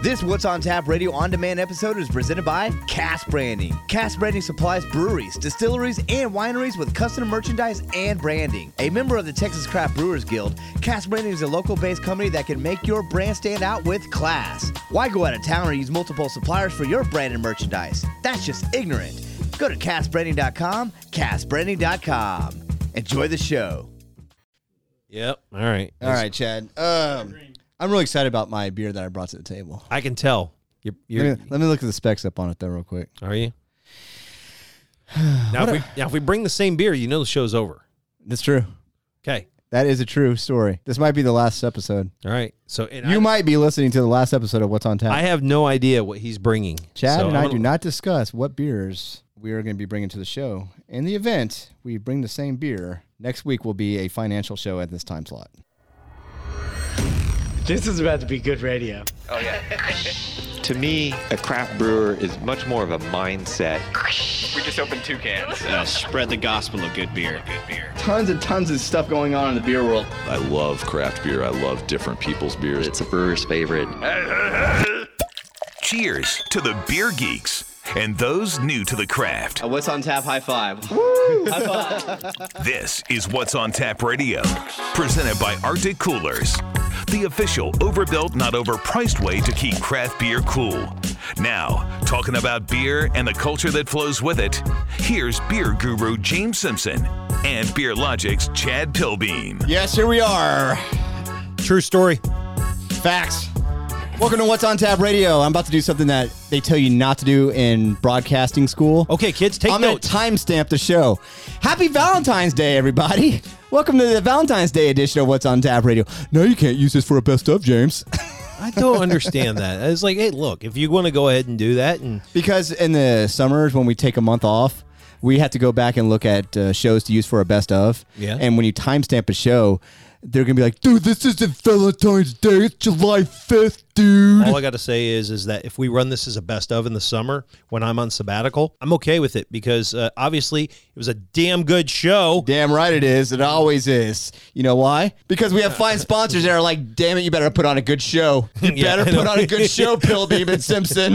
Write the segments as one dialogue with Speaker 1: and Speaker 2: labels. Speaker 1: This What's on Tap radio on demand episode is presented by Cass Branding. Cass Branding supplies breweries, distilleries, and wineries with custom merchandise and branding. A member of the Texas Craft Brewers Guild, Cass Branding is a local based company that can make your brand stand out with class. Why go out of town or use multiple suppliers for your brand and merchandise? That's just ignorant. Go to castbranding.com, castbranding.com. Enjoy the show.
Speaker 2: Yep. All right.
Speaker 3: All right, Chad. Um, I'm really excited about my beer that I brought to the table.
Speaker 2: I can tell. You're,
Speaker 3: Let
Speaker 2: you're,
Speaker 3: me, let me look at the specs up on it though, real quick.
Speaker 2: are you? Now if, we, now, if we bring the same beer, you know the show's over.
Speaker 3: That's true.
Speaker 2: Okay.
Speaker 3: That is a true story. This might be the last episode.
Speaker 2: All right. So and
Speaker 3: You
Speaker 2: I,
Speaker 3: might be listening to the last episode of What's on Tap.
Speaker 2: I have no idea what he's bringing.
Speaker 3: Chad
Speaker 2: So
Speaker 3: and
Speaker 2: I'm
Speaker 3: I
Speaker 2: gonna-
Speaker 3: do not discuss what beers we are going to be bringing to the show. In the event we bring the same beer, next week will be a financial show at this time slot.
Speaker 4: This is about to be good radio.
Speaker 5: To me, a craft brewer is much more of a mindset. We just opened two cans.
Speaker 4: spread the gospel of good beer. Good beer.
Speaker 6: tons and tons of stuff going on in the beer world.
Speaker 5: I love craft beer. I love different people's beers. It's a brewer's favorite.
Speaker 7: Cheers to the beer geeks and those new to the craft.
Speaker 6: A What's on tap? High five.
Speaker 7: This is What's on Tap Radio, presented by Arctic Coolers, the official overbuilt, not overpriced way to keep craft beer cool. Now, talking about beer and the culture that flows with it, here's beer guru James Simpson and Beer Logic's Chad Pilbeam.
Speaker 3: Yes, here we are.
Speaker 2: True story.
Speaker 3: Facts. Welcome to What's on Tap Radio. I'm about to do something that they tell you not to do in broadcasting school.
Speaker 2: Okay, kids, take
Speaker 3: I'm
Speaker 2: notes.
Speaker 3: gonna timestamp the show. Happy Valentine's Day, everybody! Welcome to the Valentine's Day edition of What's on Tap Radio. No, you can't use this for a best of, James,
Speaker 2: I don't understand that. It's like, hey, look, if you want to go ahead and do that, and
Speaker 3: because in the summers when we take a month off, we have to go back and look at uh, shows to use for a best of.
Speaker 2: Yeah.
Speaker 3: And when you timestamp a show, they're gonna be like, "Dude, this isn't Valentine's Day. It's July 5th, dude."
Speaker 2: all I got to say is, is that if we run this as a best of in the summer when I'm on sabbatical, I'm okay with it because uh, obviously it was a damn good show.
Speaker 3: Damn right it is. It always is. You know why? Because we have
Speaker 2: Uh,
Speaker 3: fine sponsors that are like, damn it, you better put on a good show. You
Speaker 2: Yeah,
Speaker 3: better
Speaker 2: I know.
Speaker 3: put on a good show, Bill Demon Simpson.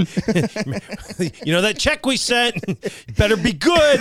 Speaker 2: you know that check we sent better be good.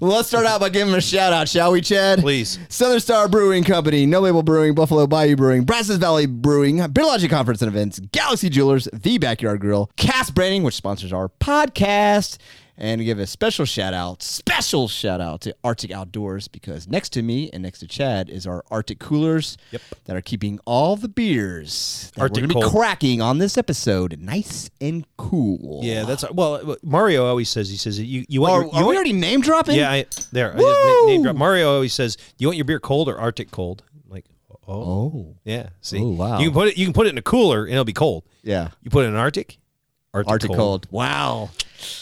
Speaker 3: Let's start out by giving them a shout out, shall we, Chad?
Speaker 2: Please.
Speaker 3: Southern Star Brewing Company, No Label Brewing, Buffalo Bayou Brewing, Brazos Valley Brewing, Beer Logic Conference and Events, Galaxy Jewelers, The Backyard Grill, Cast Branding, which sponsors our podcast. And give a special shout out, special shout out to Arctic Outdoors because next to me and next to Chad is our Arctic coolers
Speaker 2: Yep.
Speaker 3: that are keeping all the beers that
Speaker 2: Arctic
Speaker 3: we're gonna
Speaker 2: cold.
Speaker 3: be cracking on this episode nice and cool.
Speaker 2: Yeah, that's well. uh, Mario always says he says you you
Speaker 3: Are, are
Speaker 2: want your, you
Speaker 3: we
Speaker 2: want-
Speaker 3: already name dropping?
Speaker 2: yeah I, there I just na- name
Speaker 3: Woo!
Speaker 2: drop. Mario always says you want your beer cold or Arctic cold I'm like oh,
Speaker 3: Oh,
Speaker 2: yeah see
Speaker 3: Oh, wow.
Speaker 2: you can put it you can put it in a cooler and it'll be cold
Speaker 3: yeah.
Speaker 2: you put it in Arctic Arctic,
Speaker 3: Arctic cold. Wow.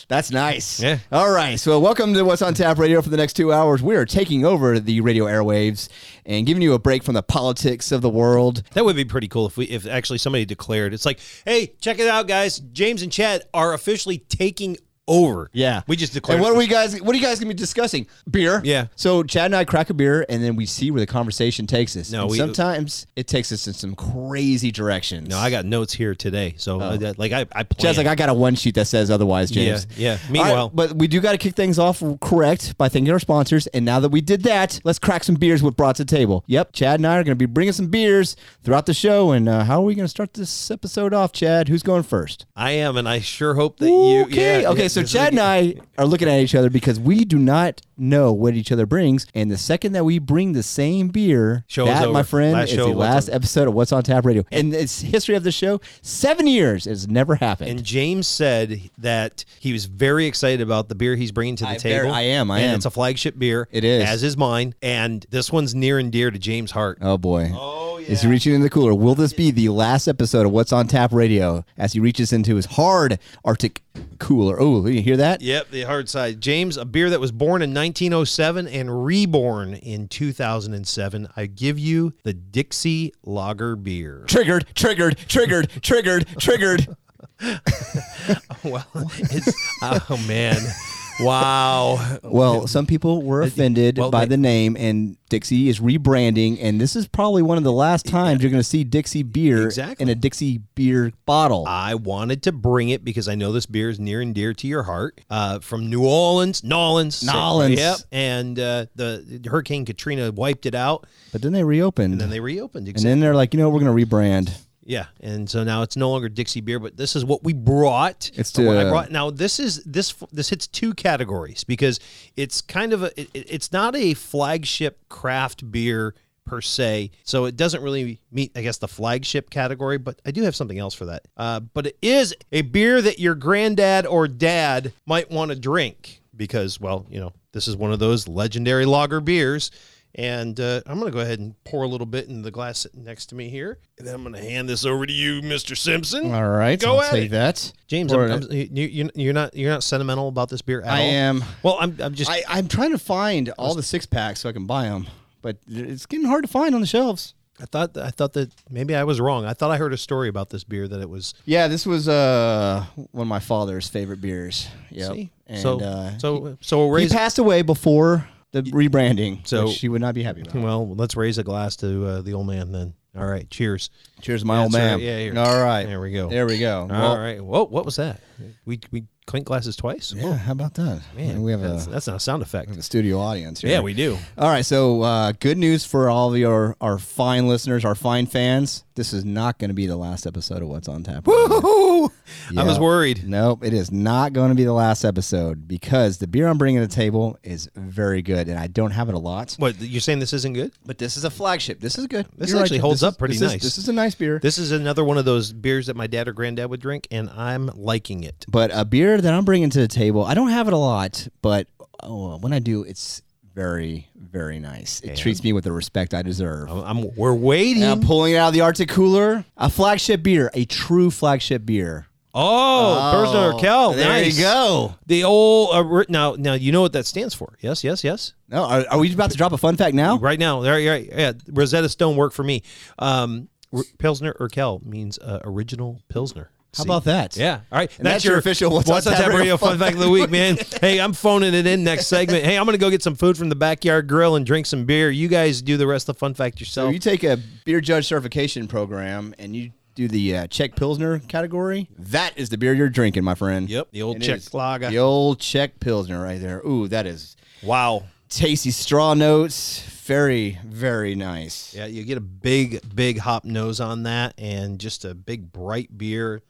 Speaker 3: That's nice.
Speaker 2: Yeah.
Speaker 3: All right. So, welcome to What's on Tap Radio for the next two hours. We are taking over the radio airwaves and giving you a break from the politics of the world.
Speaker 2: That would be pretty cool if we if actually somebody declared it's like hey check it out guys James and Chad are officially taking over we just declared
Speaker 3: And what are we guys? What are you guys gonna be discussing? Beer.
Speaker 2: Yeah.
Speaker 3: So Chad and I crack a beer, and then we see where the conversation takes us.
Speaker 2: No,
Speaker 3: And
Speaker 2: we-
Speaker 3: sometimes it takes us in some crazy directions.
Speaker 2: no I got notes here today so uh, that- like I I planned.
Speaker 3: Oh. Chad's like, I got a one sheet that says otherwise, James.
Speaker 2: Yeah, yeah.
Speaker 3: All right,
Speaker 2: Meanwhile-
Speaker 3: but we do got to kick things off correct by thanking our sponsors. And now that we did that, let's crack some beers with brought to the table. Yep, Chad and I are going to be bringing some beers throughout the show. And uh, how are we going to start this episode off, Chad? Who's going first?
Speaker 2: I am and I sure hope that you
Speaker 3: okay,
Speaker 2: yeah,
Speaker 3: okay.
Speaker 2: yeah,
Speaker 3: so
Speaker 2: this is
Speaker 3: Chad and
Speaker 2: like-
Speaker 3: I are looking at each other because we do not know what each other brings. And the second that we bring the same beer,
Speaker 2: Show is
Speaker 3: that, my
Speaker 2: over.
Speaker 3: friend,
Speaker 2: Last
Speaker 3: is
Speaker 2: show
Speaker 3: the
Speaker 2: of What's
Speaker 3: last
Speaker 2: on-
Speaker 3: episode of What's on Tap Radio. And it's history of the show. Seven years it has never happened.
Speaker 2: And James said that he was very excited about the beer he's bringing to the
Speaker 3: I
Speaker 2: table.
Speaker 3: very- I am, I
Speaker 2: and
Speaker 3: am.
Speaker 2: It's a flagship beer.
Speaker 3: It is.
Speaker 2: as is mine. And this one's near and dear to James' heart.
Speaker 3: Oh boy.
Speaker 2: Oh
Speaker 3: Is he reaching in the cooler? Will this be the last episode of What's on Tap Radio as he reaches into his hard Arctic cooler? Oh, you hear that?
Speaker 2: Yep, the hard side. James, a beer that was born in 1907 and reborn in 2007. I give you the Dixie Lager beer.
Speaker 3: Triggered, triggered, triggered, triggered, triggered.
Speaker 2: well, it's, oh man, wow.
Speaker 3: Well, some people were offended
Speaker 2: well,
Speaker 3: by
Speaker 2: they-
Speaker 3: the name, and Dixie is rebranding, and this is probably one of the last times you're going to see Dixie beer in a Dixie beer bottle.
Speaker 2: I wanted to bring it because I know this beer is near and dear to your heart. Uh, from New Orleans, Nolans,
Speaker 3: Nolens.
Speaker 2: Yep, and uh, the Hurricane Katrina wiped it out,
Speaker 3: But then they reopened.
Speaker 2: and then they reopened.
Speaker 3: And then they're like, you know, we're going to rebrand.
Speaker 2: Yeah, and so now it's no longer Dixie beer, but this is what we brought.
Speaker 3: It's
Speaker 2: So what I
Speaker 3: the-
Speaker 2: brought. Now this is this this hits two categories because it's kind of a it, it- it's not a flagship craft beer per se, so it doesn't really meet I guess the flagship category. But I do have something else for that. Uh, but it is a beer that your granddad or dad might want to drink because well you know this is one of those legendary lager beers. And uh, I'm going to go ahead and pour a little bit in the glass sitting next to me here. And then I'm going to hand this over to you, Mr. Simpson.
Speaker 3: All right,
Speaker 2: Go
Speaker 3: I'll
Speaker 2: at
Speaker 3: take
Speaker 2: it.
Speaker 3: that.
Speaker 2: James,
Speaker 3: Pour
Speaker 2: I'm,
Speaker 3: it.
Speaker 2: I'm, you, you- you're not you're not sentimental about this beer at
Speaker 3: I
Speaker 2: all.
Speaker 3: am.
Speaker 2: Well, I'm, I'm just
Speaker 3: I, I'm trying to find all the six packs so I can buy them, but it's getting hard to find on the shelves.
Speaker 2: I thought I thought that maybe I was wrong. I thought I heard a story about this beer that it was.
Speaker 3: Yeah, this was uh, one of my father's favorite beers. Yep.
Speaker 2: See?
Speaker 3: And,
Speaker 2: so
Speaker 3: uh,
Speaker 2: so so we'll
Speaker 3: he
Speaker 2: raise.
Speaker 3: passed away before the rebranding,
Speaker 2: So-
Speaker 3: so she would not be happy about.
Speaker 2: well, let's raise a glass to uh, the old man then. All right, cheers.
Speaker 3: Cheers, my old
Speaker 2: That's
Speaker 3: man.
Speaker 2: right, Yeah, here.
Speaker 3: All right.
Speaker 2: There we go.
Speaker 3: There we go.
Speaker 2: All right.
Speaker 3: Well-
Speaker 2: Whoa, what was that? We we clink glasses twice.
Speaker 3: Yeah, how about that?
Speaker 2: Man,
Speaker 3: we have
Speaker 2: that's,
Speaker 3: a,
Speaker 2: that's not a sound effect.
Speaker 3: a studio audience here.
Speaker 2: Yeah, we do.
Speaker 3: All right, so uh, good news for all of your our fine listeners, our fine fans. This is not going to be the last episode of What's on Tap.
Speaker 2: Woo! I was
Speaker 3: Yeah.
Speaker 2: worried.
Speaker 3: Nope, it is not going to be the last episode because the beer I'm bringing to the table is very good, and I don't have it a lot.
Speaker 2: What you're saying? This isn't good.
Speaker 3: But this is a flagship. This is good.
Speaker 2: This
Speaker 3: You're right.
Speaker 2: actually holds
Speaker 3: This is-
Speaker 2: up pretty
Speaker 3: this is-
Speaker 2: nice.
Speaker 3: this is a nice beer.
Speaker 2: This is another one of those beers that my dad or granddad would drink, and I'm liking it.
Speaker 3: But a beer that I'm bringing to the table, I don't have it a lot, but oh, when I do, it's very, very nice. It treats me with the respect I deserve.
Speaker 2: I'm we're waiting.
Speaker 3: And I'm pulling it out of the Arctic cooler. A flagship beer, a true flagship beer.
Speaker 2: Oh, Bergner Urquell.
Speaker 3: there you
Speaker 2: nice.
Speaker 3: go.
Speaker 2: The old uh, re- now now you know what that stands for. Yes, yes, yes.
Speaker 3: No, are, are we about to drop a fun fact now?
Speaker 2: Right now, there, yeah, yeah. Rosetta Stone worked for me. Um, R- Pilsner Urquell means uh, original Pilsner.
Speaker 3: How
Speaker 2: See?
Speaker 3: about that?
Speaker 2: Yeah. All right.
Speaker 3: that's your official What's on
Speaker 2: on
Speaker 3: Tap
Speaker 2: Tap
Speaker 3: Radio
Speaker 2: Radio fun
Speaker 3: fun
Speaker 2: fact of the week, man. hey, I'm phoning it in next segment. Hey, I'm going to go get some food from the backyard grill and drink some beer. You guys do the rest of the fun fact
Speaker 3: So
Speaker 2: yourself.
Speaker 3: you take a beer judge certification program and you do the uh, Czech Pilsner category. That is the beer you're drinking, my friend.
Speaker 2: Yep, the old
Speaker 3: It
Speaker 2: Czech
Speaker 3: is.
Speaker 2: lager.
Speaker 3: The old Czech Pilsner right there. Ooh, that is
Speaker 2: wow.
Speaker 3: tasty straw notes. Very, very nice.
Speaker 2: Yeah, you get a big, big hop nose on that, and just a big bright beer.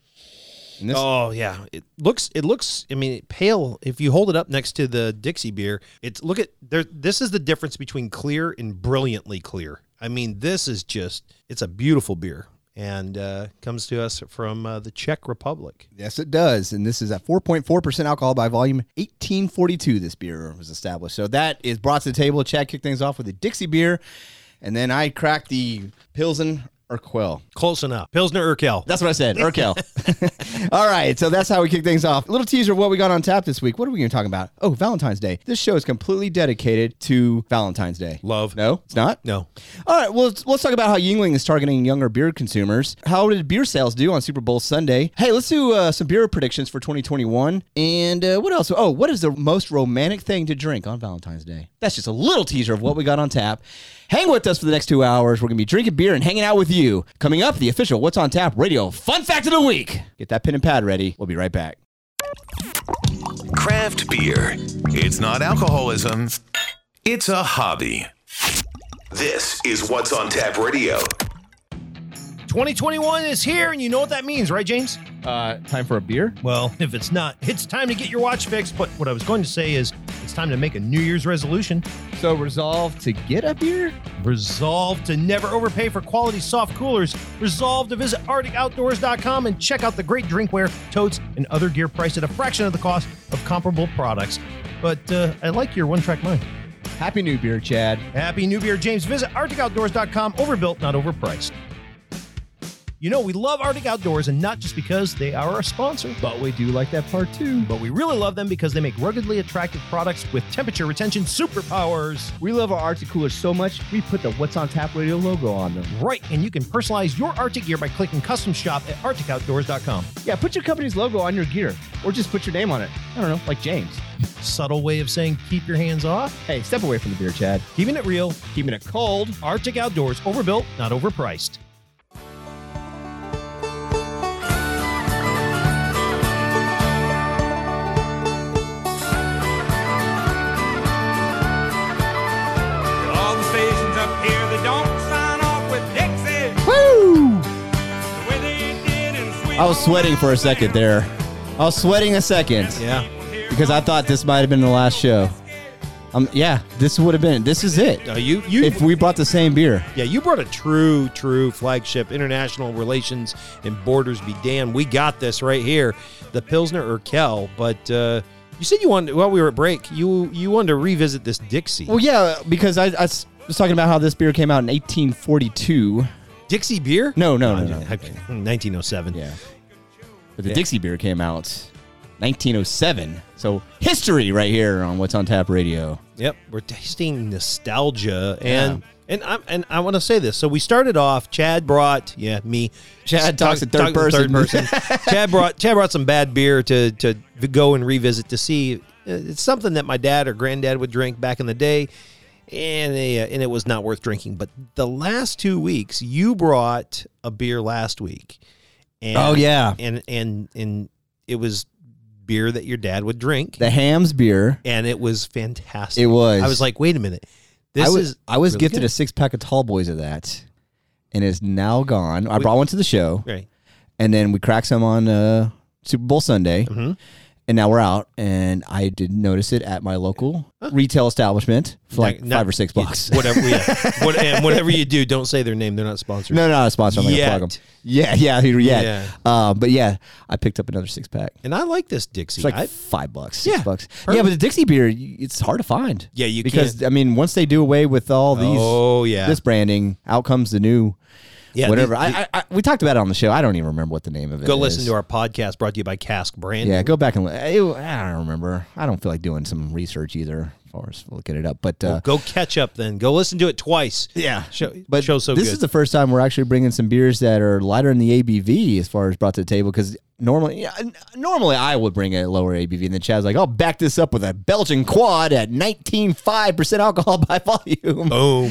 Speaker 3: And this-
Speaker 2: oh yeah, it looks. It looks. I mean, it pale. If you hold it up next to the Dixie beer, it's look at there. This is the difference between clear and brilliantly clear. I mean, this is just. It's a beautiful beer, and uh, comes to us from uh, the Czech Republic.
Speaker 3: Yes, it does. And this is at 4.4% alcohol by volume 1842. This beer was established. So that is brought to the table. Chad kicked things off with a Dixie beer. And then I cracked the Pilsen or Quell.
Speaker 2: Close enough. Pilsner Urquell.
Speaker 3: That's what I said. Urkel. All right. So that's how we kick things off. A little teaser of what we got on tap this week. What are we going to talk about? Oh, Valentine's Day. This show is completely dedicated to Valentine's Day.
Speaker 2: Love.
Speaker 3: No, it's not?
Speaker 2: No.
Speaker 3: All right. Well, let's, let's talk about how Yingling is targeting younger beer consumers. How did beer sales do on Super Bowl Sunday? Hey, let's do uh, some beer predictions for 2021. And uh, what else? Oh, what is the most romantic thing to drink on Valentine's Day? That's just a little teaser of what we got on tap. Hang with us for the next two hours. We're going to be drinking beer and hanging out with you. Coming up, the official What's on Tap radio fun fact of the week. Get that pen and pad ready. We'll be right back.
Speaker 7: Craft beer. It's not alcoholism, it's a hobby. This is What's on Tap Radio.
Speaker 2: 2021 is here, and you know what that means, right, James?
Speaker 3: Uh, time for a beer?
Speaker 2: Well, if it's not, it's time to get your watch fixed. But what I was going to say is, it's time to make a New Year's resolution.
Speaker 3: So, resolve to get a beer?
Speaker 2: Resolve to never overpay for quality soft coolers. Resolve to visit ArcticOutdoors.com and check out the great drinkware, totes, and other gear priced at a fraction of the cost of comparable products. But uh, I like your one track mind.
Speaker 3: Happy New Beer, Chad.
Speaker 2: Happy New Beer, James. Visit ArcticOutdoors.com. Overbuilt, not overpriced. You know, we love Arctic Outdoors, and not just because they are our sponsor, but we do like that part too. But we really love them because they make ruggedly attractive products with temperature retention superpowers.
Speaker 1: We love our Arctic coolers so much, we put the What's on Tap Radio logo on them.
Speaker 2: Right, and you can personalize your Arctic gear by clicking custom shop at arcticoutdoors.com.
Speaker 1: Yeah, put your company's logo on your gear, or just put your name on it. I don't know, like James.
Speaker 2: Subtle way of saying keep your hands off.
Speaker 1: Hey, step away from the beer, Chad.
Speaker 2: Keeping it real,
Speaker 1: Keeping it cold.
Speaker 2: Arctic Outdoors, overbuilt, not overpriced.
Speaker 8: All the stations up here, they don't sign off with Dixie.
Speaker 3: Woo!
Speaker 8: The way they did in Sweet
Speaker 3: I was sweating for a second there. I was sweating a second.
Speaker 2: Yeah.
Speaker 3: Because I thought this might have been the last show. Um, yeah, this would have been. This is it.
Speaker 2: No, you- you-
Speaker 3: if we brought the same beer.
Speaker 2: Yeah, you brought a true, true flagship international relations and borders be damned. We got this right here, the Pilsner Urkel. But uh, you said you wanted while we were at break, you you wanted to revisit this Dixie.
Speaker 3: Well, yeah, because I, I s- was talking about how this beer came out in 1842.
Speaker 2: Dixie beer? Uh,
Speaker 3: No, no, no, no.
Speaker 2: Okay, 1907.
Speaker 3: Yeah. But the Dixie beer came out 1907. So history right here on What's on Tap Radio.
Speaker 2: Yep, we're tasting nostalgia and. And I and I want to say this. So we started off. Chad brought yeah me.
Speaker 3: Chad talks in third person.
Speaker 2: person. Chad brought Chad brought some bad beer to to go and revisit to see. uh, It's something that my dad or granddad would drink back in the day, and they, uh, and it was not worth drinking. But the last two weeks, you brought a beer last week. And,
Speaker 3: Oh, yeah.
Speaker 2: and and and it was beer that your dad would drink,
Speaker 3: The Hams beer.
Speaker 2: and it was fantastic.
Speaker 3: It was.
Speaker 2: I was like, wait a minute. This
Speaker 3: I was,
Speaker 2: is
Speaker 3: I was
Speaker 2: really
Speaker 3: gifted
Speaker 2: good.
Speaker 3: a six pack of Tall Boys of that, and it's now gone. I brought one to the show,
Speaker 2: Right.
Speaker 3: and then we cracked some on uh, Super Bowl Sunday, and now we're out. And I didn't notice it at my local retail establishment for like
Speaker 2: Not- not-
Speaker 3: five or six blocks.
Speaker 2: Whatever, yeah. what, and whatever you do, don't say their name. They're not sponsored.
Speaker 3: No, no, not a sponsor. I'm not gonna
Speaker 2: Yet.
Speaker 3: plug them. Yeah, yeah, yet.
Speaker 2: Yeah.
Speaker 3: yeah. Uh, but yeah, I picked up another six pack.
Speaker 2: And I like this Dixie.
Speaker 3: It's like
Speaker 2: I,
Speaker 3: five bucks, six
Speaker 2: Yeah,
Speaker 3: bucks. Yeah,
Speaker 2: perfect.
Speaker 3: but the Dixie beer, y- it's hard to find.
Speaker 2: Yeah, you
Speaker 3: because
Speaker 2: can't-
Speaker 3: I mean, once they do away with all these,
Speaker 2: Oh, yeah.
Speaker 3: this branding, out comes the new,
Speaker 2: Yeah,
Speaker 3: whatever.
Speaker 2: the-
Speaker 3: I, I, I we talked about it on the show. I don't even remember what the name of it.
Speaker 2: go listen
Speaker 3: is.
Speaker 2: to our podcast brought to you by Cask Brand.
Speaker 3: Yeah, go back and li- it, I don't remember. I don't feel like doing some research either, as far as looking it up. But uh,
Speaker 2: go catch up then. Go listen to it twice.
Speaker 3: yeah,
Speaker 2: Show,
Speaker 3: but
Speaker 2: show so
Speaker 3: this
Speaker 2: good.
Speaker 3: is the first time we're actually bringing some beers that are lighter in the ABV as far as brought to the table because normally, yeah, n- normally I would bring a lower ABV, and then Chad's like, "I'll back this up with a Belgian quad at 19.5 percent alcohol by volume."
Speaker 2: Boom.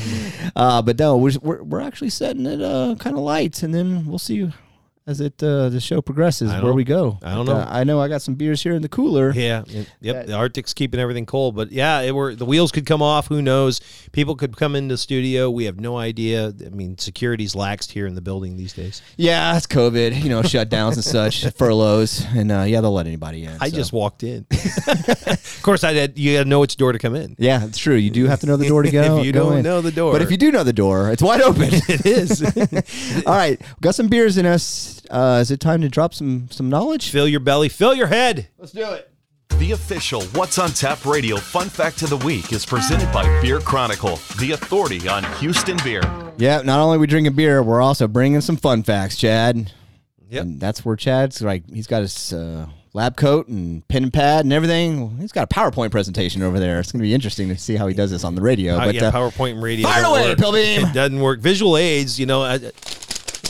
Speaker 3: Uh, but no, we're, we're we're actually setting it uh, kind of light, and then we'll see as it uh, the show progresses
Speaker 2: I
Speaker 3: where
Speaker 2: don't-
Speaker 3: we go.
Speaker 2: I don't
Speaker 3: But,
Speaker 2: know.
Speaker 3: uh, I know I got some beers here in the cooler.
Speaker 2: Yeah. it- Yep. the Arctic's keeping everything cold, but yeah, it were the wheels could come off. Who knows? People could come into the studio. We have no idea. I mean, security's laxed here in the building these days.
Speaker 3: Yeah, it's COVID, you know, shutdowns and such, furloughs, and uh, yeah, they'll let anybody in.
Speaker 2: I
Speaker 3: so.
Speaker 2: just walked in. of course, I had you had to know which door to come in.
Speaker 3: Yeah, it's true. You do have to know the door to go.
Speaker 2: If you
Speaker 3: go
Speaker 2: don't
Speaker 3: in.
Speaker 2: know the door.
Speaker 3: but if you do know the door, it's wide open.
Speaker 2: It is.
Speaker 3: All right, got some beers in us. Uh, is it time to drop some some knowledge?
Speaker 2: fill your belly. Fill your head.
Speaker 7: The official What's on Tap Radio Fun Fact of the Week is presented by Beer Chronicle, the authority on Houston beer.
Speaker 3: Yeah, not only are we drinking beer, we're also bringing some fun facts, Chad.
Speaker 2: Yep. Oh,
Speaker 3: And that's where Chad's like he's got his uh, lab coat and pen and pad and everything. He's got a PowerPoint presentation over there. It's going to be interesting to see how he does this on the radio.
Speaker 2: Uh,
Speaker 3: but
Speaker 2: yeah,
Speaker 3: uh,
Speaker 2: PowerPoint and radio.
Speaker 3: fire
Speaker 2: don't
Speaker 3: away,
Speaker 2: work.
Speaker 3: Pilbeam.
Speaker 2: It doesn't work. Visual aids, you know. I,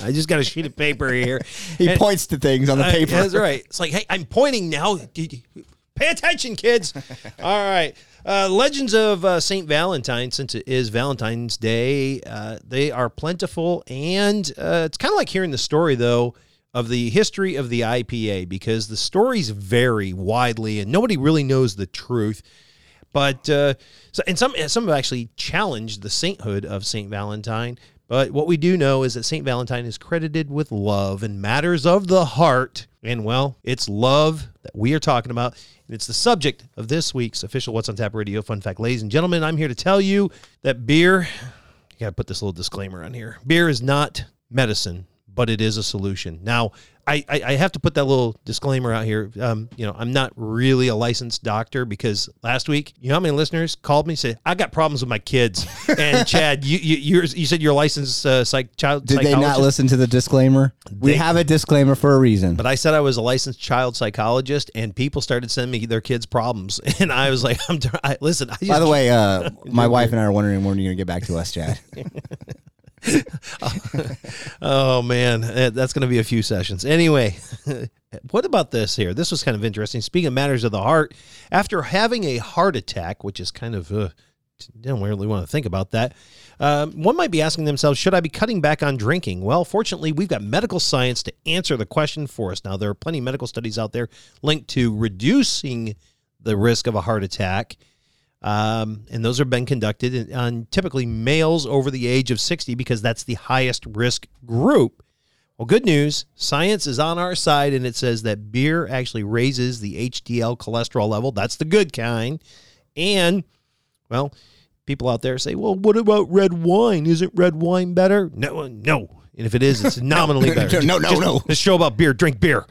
Speaker 2: I just got a sheet of paper here.
Speaker 3: he
Speaker 2: And-
Speaker 3: points to things on the
Speaker 2: I-
Speaker 3: paper.
Speaker 2: Uh, that's right. It's like, hey, I'm pointing now. Did you- Pay attention, kids. All right. Uh, Legends of uh, St. Valentine, since it is Valentine's Day, uh, they are plentiful. And uh, it's kind of like hearing the story, though, of the history of the IPA because the stories vary widely and nobody really knows the truth. But uh, so, and some some have actually challenged the sainthood of Saint Valentine. But what we do know is that Saint Valentine is credited with love and matters of the heart. And well, it's love that we are talking about, and it's the subject of this week's official What's on Tap Radio Fun Fact, ladies and gentlemen. I'm here to tell you that beer. You gotta put this little disclaimer on here. Beer is not medicine, but it is a solution. Now, I, I, I have to put that little disclaimer out here. Um, you know, I'm not really a licensed doctor because last week, you know how many listeners called me and said, I got problems with my kids. And Chad, you you yours, you said you're a licensed uh, psych, child
Speaker 3: Did they not
Speaker 2: psychologist?
Speaker 3: listen to the disclaimer? we
Speaker 2: They-
Speaker 3: have a disclaimer for a reason.
Speaker 2: But I said I was a licensed child psychologist, and people started sending me their kids' problems, and I was like, "I'm try- I, listen." I just,
Speaker 3: By the way, uh, my wife and I are wondering when you're going to get back to us, Chad.
Speaker 2: oh man, eh, that's going to be a few sessions. Anyway, what about this here? This was kind of interesting. Speaking of matters of the heart, after having a heart attack, which is kind of uh, don't really want to think about that. Um, one might be asking themselves, should I be cutting back on drinking? Well, fortunately, we've got medical science to answer the question for us. Now, there are plenty of medical studies out there linked to reducing the risk of a heart attack. Um, and those have been conducted in- on typically males over the age of 60 because that's the highest risk group. Well, good news science is on our side, and it says that beer actually raises the HDL cholesterol level. That's the good kind. And, well, people out there say, well, what about red wine? Isn't red wine better? No, uh, no. And if it is, it's nominally better.
Speaker 3: No, no,
Speaker 2: Just-
Speaker 3: no.
Speaker 2: This show about beer, drink beer.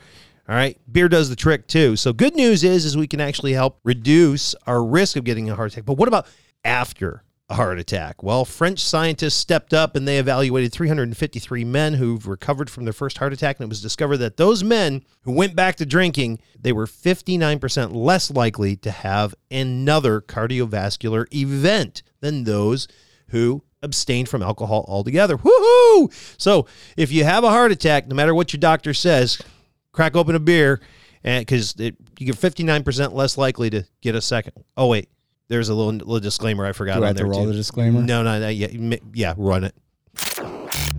Speaker 2: All right, beer does the trick too. So good news is, is we can actually help reduce our risk of getting a heart attack. But what about after a heart attack? Well, French scientists stepped up and they evaluated 353 men who've recovered from their first heart attack, and it was discovered that those men who went back to drinking, they were 59% less likely to have another cardiovascular event than those who abstained from alcohol altogether. Woohoo! So if you have a heart attack, no matter what your doctor says, crack open a beer, and because you get fifty nine percent less likely to get a second. Oh wait, there's a little, little disclaimer I forgot
Speaker 3: Do I
Speaker 2: on
Speaker 3: have to
Speaker 2: there
Speaker 3: roll
Speaker 2: too.
Speaker 3: the disclaimer?
Speaker 2: No, no, no, yeah, m- yeah, run it.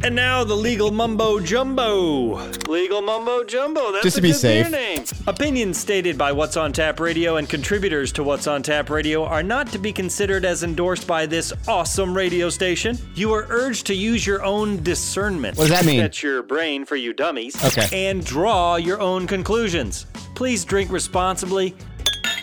Speaker 9: And now the legal mumbo jumbo. Legal mumbo jumbo. That's
Speaker 3: Just to
Speaker 9: a
Speaker 3: be
Speaker 9: good beer
Speaker 3: safe.
Speaker 9: name. Opinions stated by What's on Tap Radio and contributors to What's on Tap Radio are not to be considered as endorsed by this awesome radio station. You are urged to use your own discernment.
Speaker 3: What does that mean?
Speaker 9: That's your brain for you dummies.
Speaker 3: Okay.
Speaker 9: And draw your own conclusions. Please drink responsibly.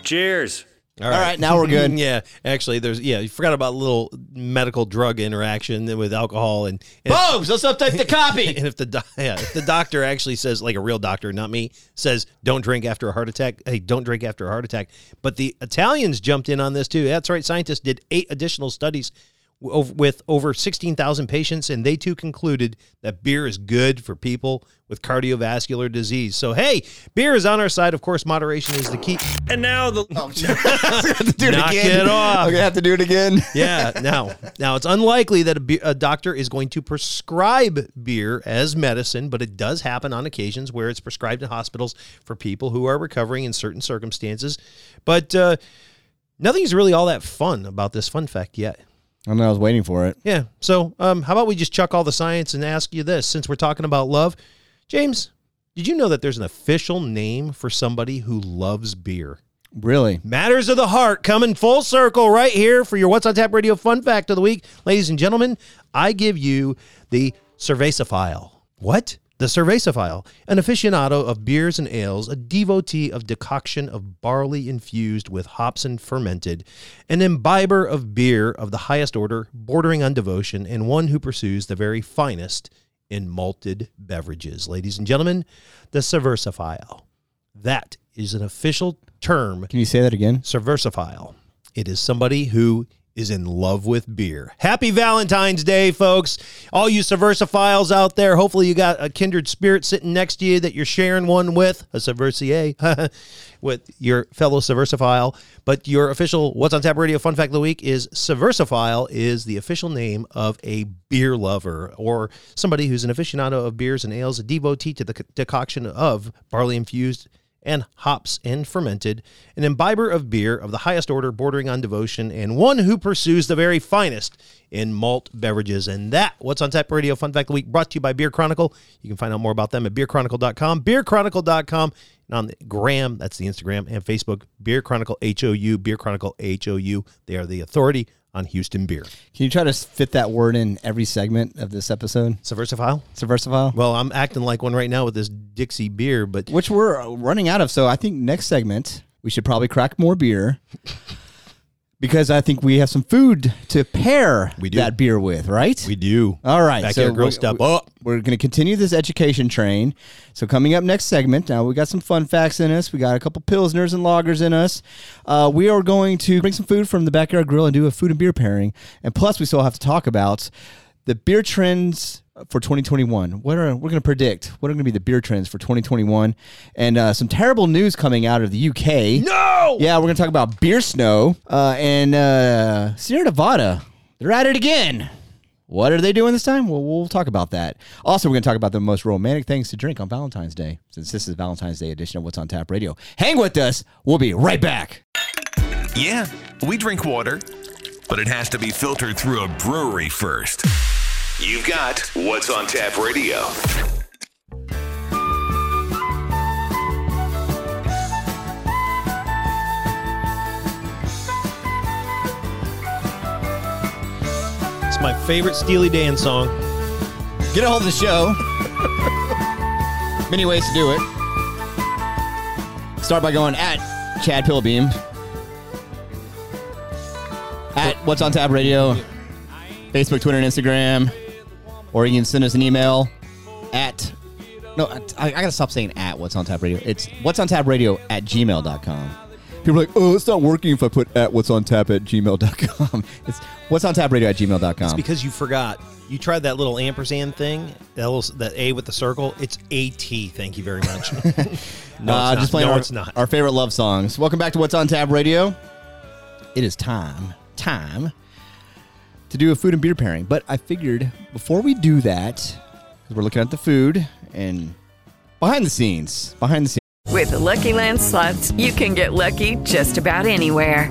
Speaker 9: Cheers.
Speaker 2: All
Speaker 3: right. now we're good.
Speaker 2: yeah, actually, there's yeah, you forgot about little medical drug interaction with alcohol and, and
Speaker 9: Boobs, let's update the copy.
Speaker 2: and if the do- yeah, if the doctor actually says like a real doctor, not me, says don't drink after a heart attack. Hey, don't drink after a heart attack. But the Italians jumped in on this too. That's right. Scientists did eight additional studies w- ov- with over 16,000 patients and they too concluded that beer is good for people with cardiovascular disease. So hey, beer is on our side. Of course, moderation is the key.
Speaker 9: And now the
Speaker 3: do it
Speaker 2: Knock
Speaker 3: again.
Speaker 2: it off.
Speaker 3: I'm going to have to do it again.
Speaker 2: yeah. Now, now it's unlikely that a, be- a doctor is going to prescribe beer as medicine, but it does happen on occasions where it's prescribed in hospitals for people who are recovering in certain circumstances. But uh, nothing's really all that fun about this fun fact yet.
Speaker 3: I know. I was waiting for it.
Speaker 2: Yeah. So, um, how about we just chuck all the science and ask you this since we're talking about love? James, did you know that there's an official name for somebody who loves beer?
Speaker 3: Really?
Speaker 2: Matters of the Heart coming full circle right here for your What's on Tap Radio fun fact of the week. Ladies and gentlemen, I give you the Cerveza file. What? The Cerveza file, an aficionado of beers and ales, a devotee of decoction of barley infused with hops and fermented, an imbiber of beer of the highest order, bordering on devotion, and one who pursues the very finest in malted beverages. Ladies and gentlemen, the Cerveza file. That is an official term
Speaker 3: Can you say that again?
Speaker 2: Subversophile. It is somebody who is in love with beer. Happy Valentine's Day, folks. All you subversiophiles out there, hopefully you got a kindred spirit sitting next to you that you're sharing one with, a subversier, with your fellow subversophile. But your official What's on Tap Radio fun fact of the week is subversophile is the official name of a beer lover or somebody who's an aficionado of beers and ales, a devotee to the c- decoction of barley infused and hops and fermented, an imbiber of beer of the highest order, bordering on devotion, and one who pursues the very finest in malt beverages. And that, what's on tap radio, fun fact of the week, brought to you by Beer Chronicle. You can find out more about them at beerchronicle.com, beerchronicle.com, and on the gram, that's the Instagram and Facebook, Beer Chronicle HOU, Beer Chronicle HOU. They are the authority on Houston beer.
Speaker 3: Can you try to fit that word in every segment of this episode?
Speaker 2: Subversifile?
Speaker 3: Subversifile?
Speaker 2: Well, I'm acting like one right now with this Dixie beer, but
Speaker 3: Which we're running out of. So I think next segment, we should probably crack more beer. because I think we have some food to pair that beer with, right? We
Speaker 2: do.
Speaker 3: All right.
Speaker 2: Backyard Grill
Speaker 3: we're-
Speaker 2: step
Speaker 3: we're, up. We're going to continue this education train. So coming up next segment, now we got some fun facts in us. We got a couple pilsners and lagers in us. Uh, we are going to bring some food from the Backyard Grill and do a food and beer pairing. And plus, we still have to talk about the beer trends for 2021. What are we're going to predict? What are going to be the beer trends for 2021? And uh, some terrible news coming out of the UK.
Speaker 2: No.
Speaker 3: Yeah, we're going to talk about beer snow uh, and uh, Sierra Nevada. They're at it again. What are they doing this time? Well, we'll talk about that. Also, we're going to talk about the most romantic things to drink on Valentine's Day, since this is Valentine's Day edition of What's on Tap Radio. Hang with us. We'll be right back.
Speaker 7: Yeah, we drink water, but it has to be filtered through a brewery first. You've got What's on Tap Radio.
Speaker 2: It's my favorite Steely Dan song.
Speaker 3: Get a hold of the show. Many ways to do it. Start by going at Chad Pillbeam. At What's on Tap Radio. Facebook, Twitter, and Instagram. Or you can send us an email at no, I, I gotta stop saying at what's on tap radio. It's what's on tap radio at gmail.com. People are like, oh, it's not working if I put at what's on tap at gmail.com. It's what's on tap radio at
Speaker 2: It's
Speaker 3: gmail.com.
Speaker 2: because you forgot. You tried that little ampersand thing, that, little, that A with the circle. It's AT. Thank you very much. no, it's
Speaker 3: uh,
Speaker 2: not.
Speaker 3: just playing
Speaker 2: no,
Speaker 3: our,
Speaker 2: it's not.
Speaker 3: our favorite love songs. Welcome back to What's on Tab Radio. It is time, time to do a food and beer pairing. But I figured before we do that, because we're looking at the food and behind the scenes, behind the scenes.
Speaker 10: With the Lucky Land slots, you can get lucky just about anywhere.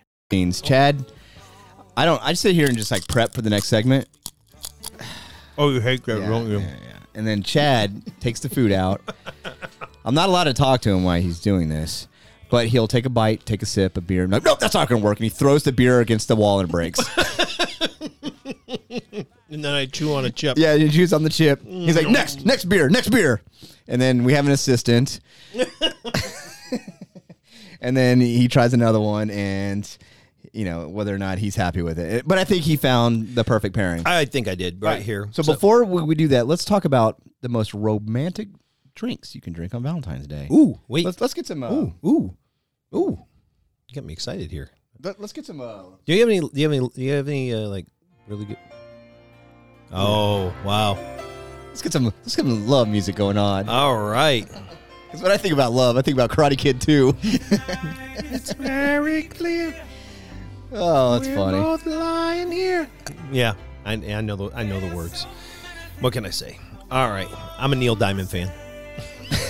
Speaker 3: scenes. Chad, I don't. I just sit here and just like prep for the next segment.
Speaker 2: Oh, you hate that,
Speaker 3: yeah, yeah, yeah. And then Chad takes the food out. I'm not allowed to talk to him while he's doing this, but he'll take a bite, take a sip, a beer. i nope, that's not going to work. And he throws the beer against the wall and it breaks.
Speaker 2: And then I chew on a chip.
Speaker 3: yeah, you juice on the chip. He's
Speaker 2: Mm.
Speaker 3: like, next, next beer, next beer. And then we have an assistant. and then he tries another one and. You know whether or not he's happy with it, but I think he found the perfect pairing.
Speaker 2: I think I did right, here.
Speaker 3: So, before we, we do that, let's talk about the most romantic drinks you can drink on Valentine's Day.
Speaker 2: Ooh, wait.
Speaker 3: Let's, let's get some. Uh,
Speaker 2: Ooh, ooh, ooh. You got me excited here.
Speaker 3: Let, us get some. Uh,
Speaker 2: Do you have any? Do you have any? Do you have any uh, like really good? Oh wow!
Speaker 3: Let's get some. Let's get some love music going on.
Speaker 2: All right.
Speaker 3: Because when I think about love, I think about Karate Kid too.
Speaker 2: It's very clear.
Speaker 3: oh, that's funny.
Speaker 2: both lying here. Yeah, I, I know the I know the words. What can I say? All right, I'm a Neil Diamond fan.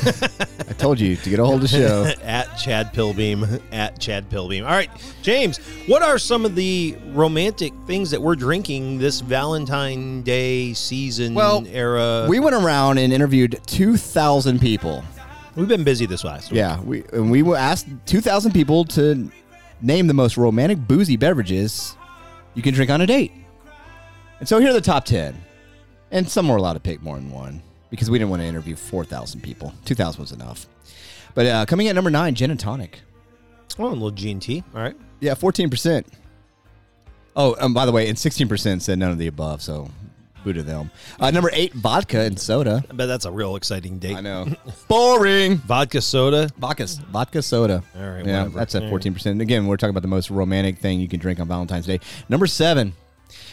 Speaker 3: I told you to get a hold of the show.
Speaker 2: at Chad Pillbeam. At Chad Pillbeam. All right, James, what are some of the romantic things that we're drinking this Valentine Day season
Speaker 3: Well,
Speaker 2: era?
Speaker 3: we went around and interviewed two thousand people.
Speaker 2: We've been busy this last week.
Speaker 3: Yeah, we and we were asked two thousand people to name the most romantic boozy beverages you can drink on a date. And so here are the top ten. And some were allowed to pick more than one because we didn't want to interview 4,000 people. 2,000 was enough. But uh, coming in at number nine, gin and tonic.
Speaker 2: Oh, a little G and T. All right.
Speaker 3: Yeah, 14%. Oh, and by the way, and 16% said none of the above, so boo to them. Uh, number eight, vodka and soda.
Speaker 2: I bet that's a real exciting date. I
Speaker 3: know. Boring.
Speaker 2: Vodka soda.
Speaker 3: Vodka, vodka soda.
Speaker 2: All right.
Speaker 3: Yeah,
Speaker 2: whatever.
Speaker 3: that's at
Speaker 2: All right.
Speaker 3: 14%. Again, we're talking about the most romantic thing you can drink on Valentine's Day. Number seven.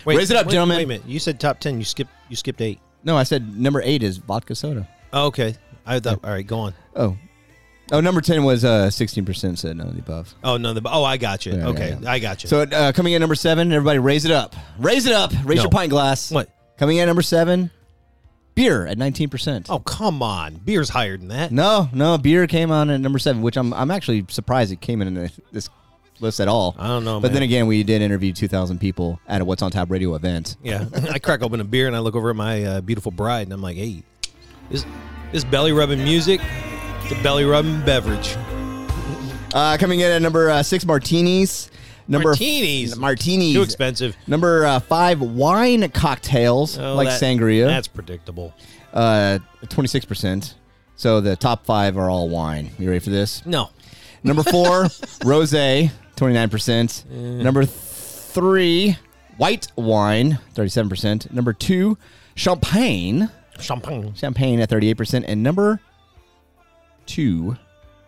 Speaker 2: Wait,
Speaker 3: Raise it up,
Speaker 2: wait-
Speaker 3: gentlemen.
Speaker 2: Wait a minute. You said top ten. You skipped. You skipped eight.
Speaker 3: No, I said number eight is vodka soda.
Speaker 2: Oh, okay. I thought. All right. Go on.
Speaker 3: Oh. Oh, number 10 was uh, 16% said none of the above.
Speaker 2: Oh no. The, oh, I got you.
Speaker 3: Yeah,
Speaker 2: okay.
Speaker 3: yeah, yeah.
Speaker 2: I got you.
Speaker 3: So uh, coming in at number seven, everybody raise it up. Raise it up. Raise
Speaker 2: No.
Speaker 3: your pint glass.
Speaker 2: What?
Speaker 3: Coming in at number seven, beer at 19%.
Speaker 2: oh come on. Beer's higher than that.
Speaker 3: No, no, beer came on at number seven, which I'm, I'm actually surprised it came in this- this list at all.
Speaker 2: I don't know.
Speaker 3: But
Speaker 2: man.
Speaker 3: then again, we did interview 2,000 people at a What's on Tap radio event.
Speaker 2: Yeah, I crack open a beer and I look over at my uh, beautiful bride and I'm like, "Hey, this this belly rubbing music, the belly rubbing beverage."
Speaker 3: Uh, coming in at number uh, six, martinis. Number
Speaker 2: Martinis?
Speaker 3: martinis.
Speaker 2: Too expensive.
Speaker 3: Number uh, five, wine cocktails
Speaker 2: Oh,
Speaker 3: like
Speaker 2: that-
Speaker 3: sangria.
Speaker 2: That's predictable.
Speaker 3: Uh, 26%. So the top five are all wine. You ready for this?
Speaker 2: No,
Speaker 3: Number four, rose, 29%. Number three, white wine, 37%. Number two, champagne.
Speaker 2: Champagne.
Speaker 3: Champagne at 38%. And number two,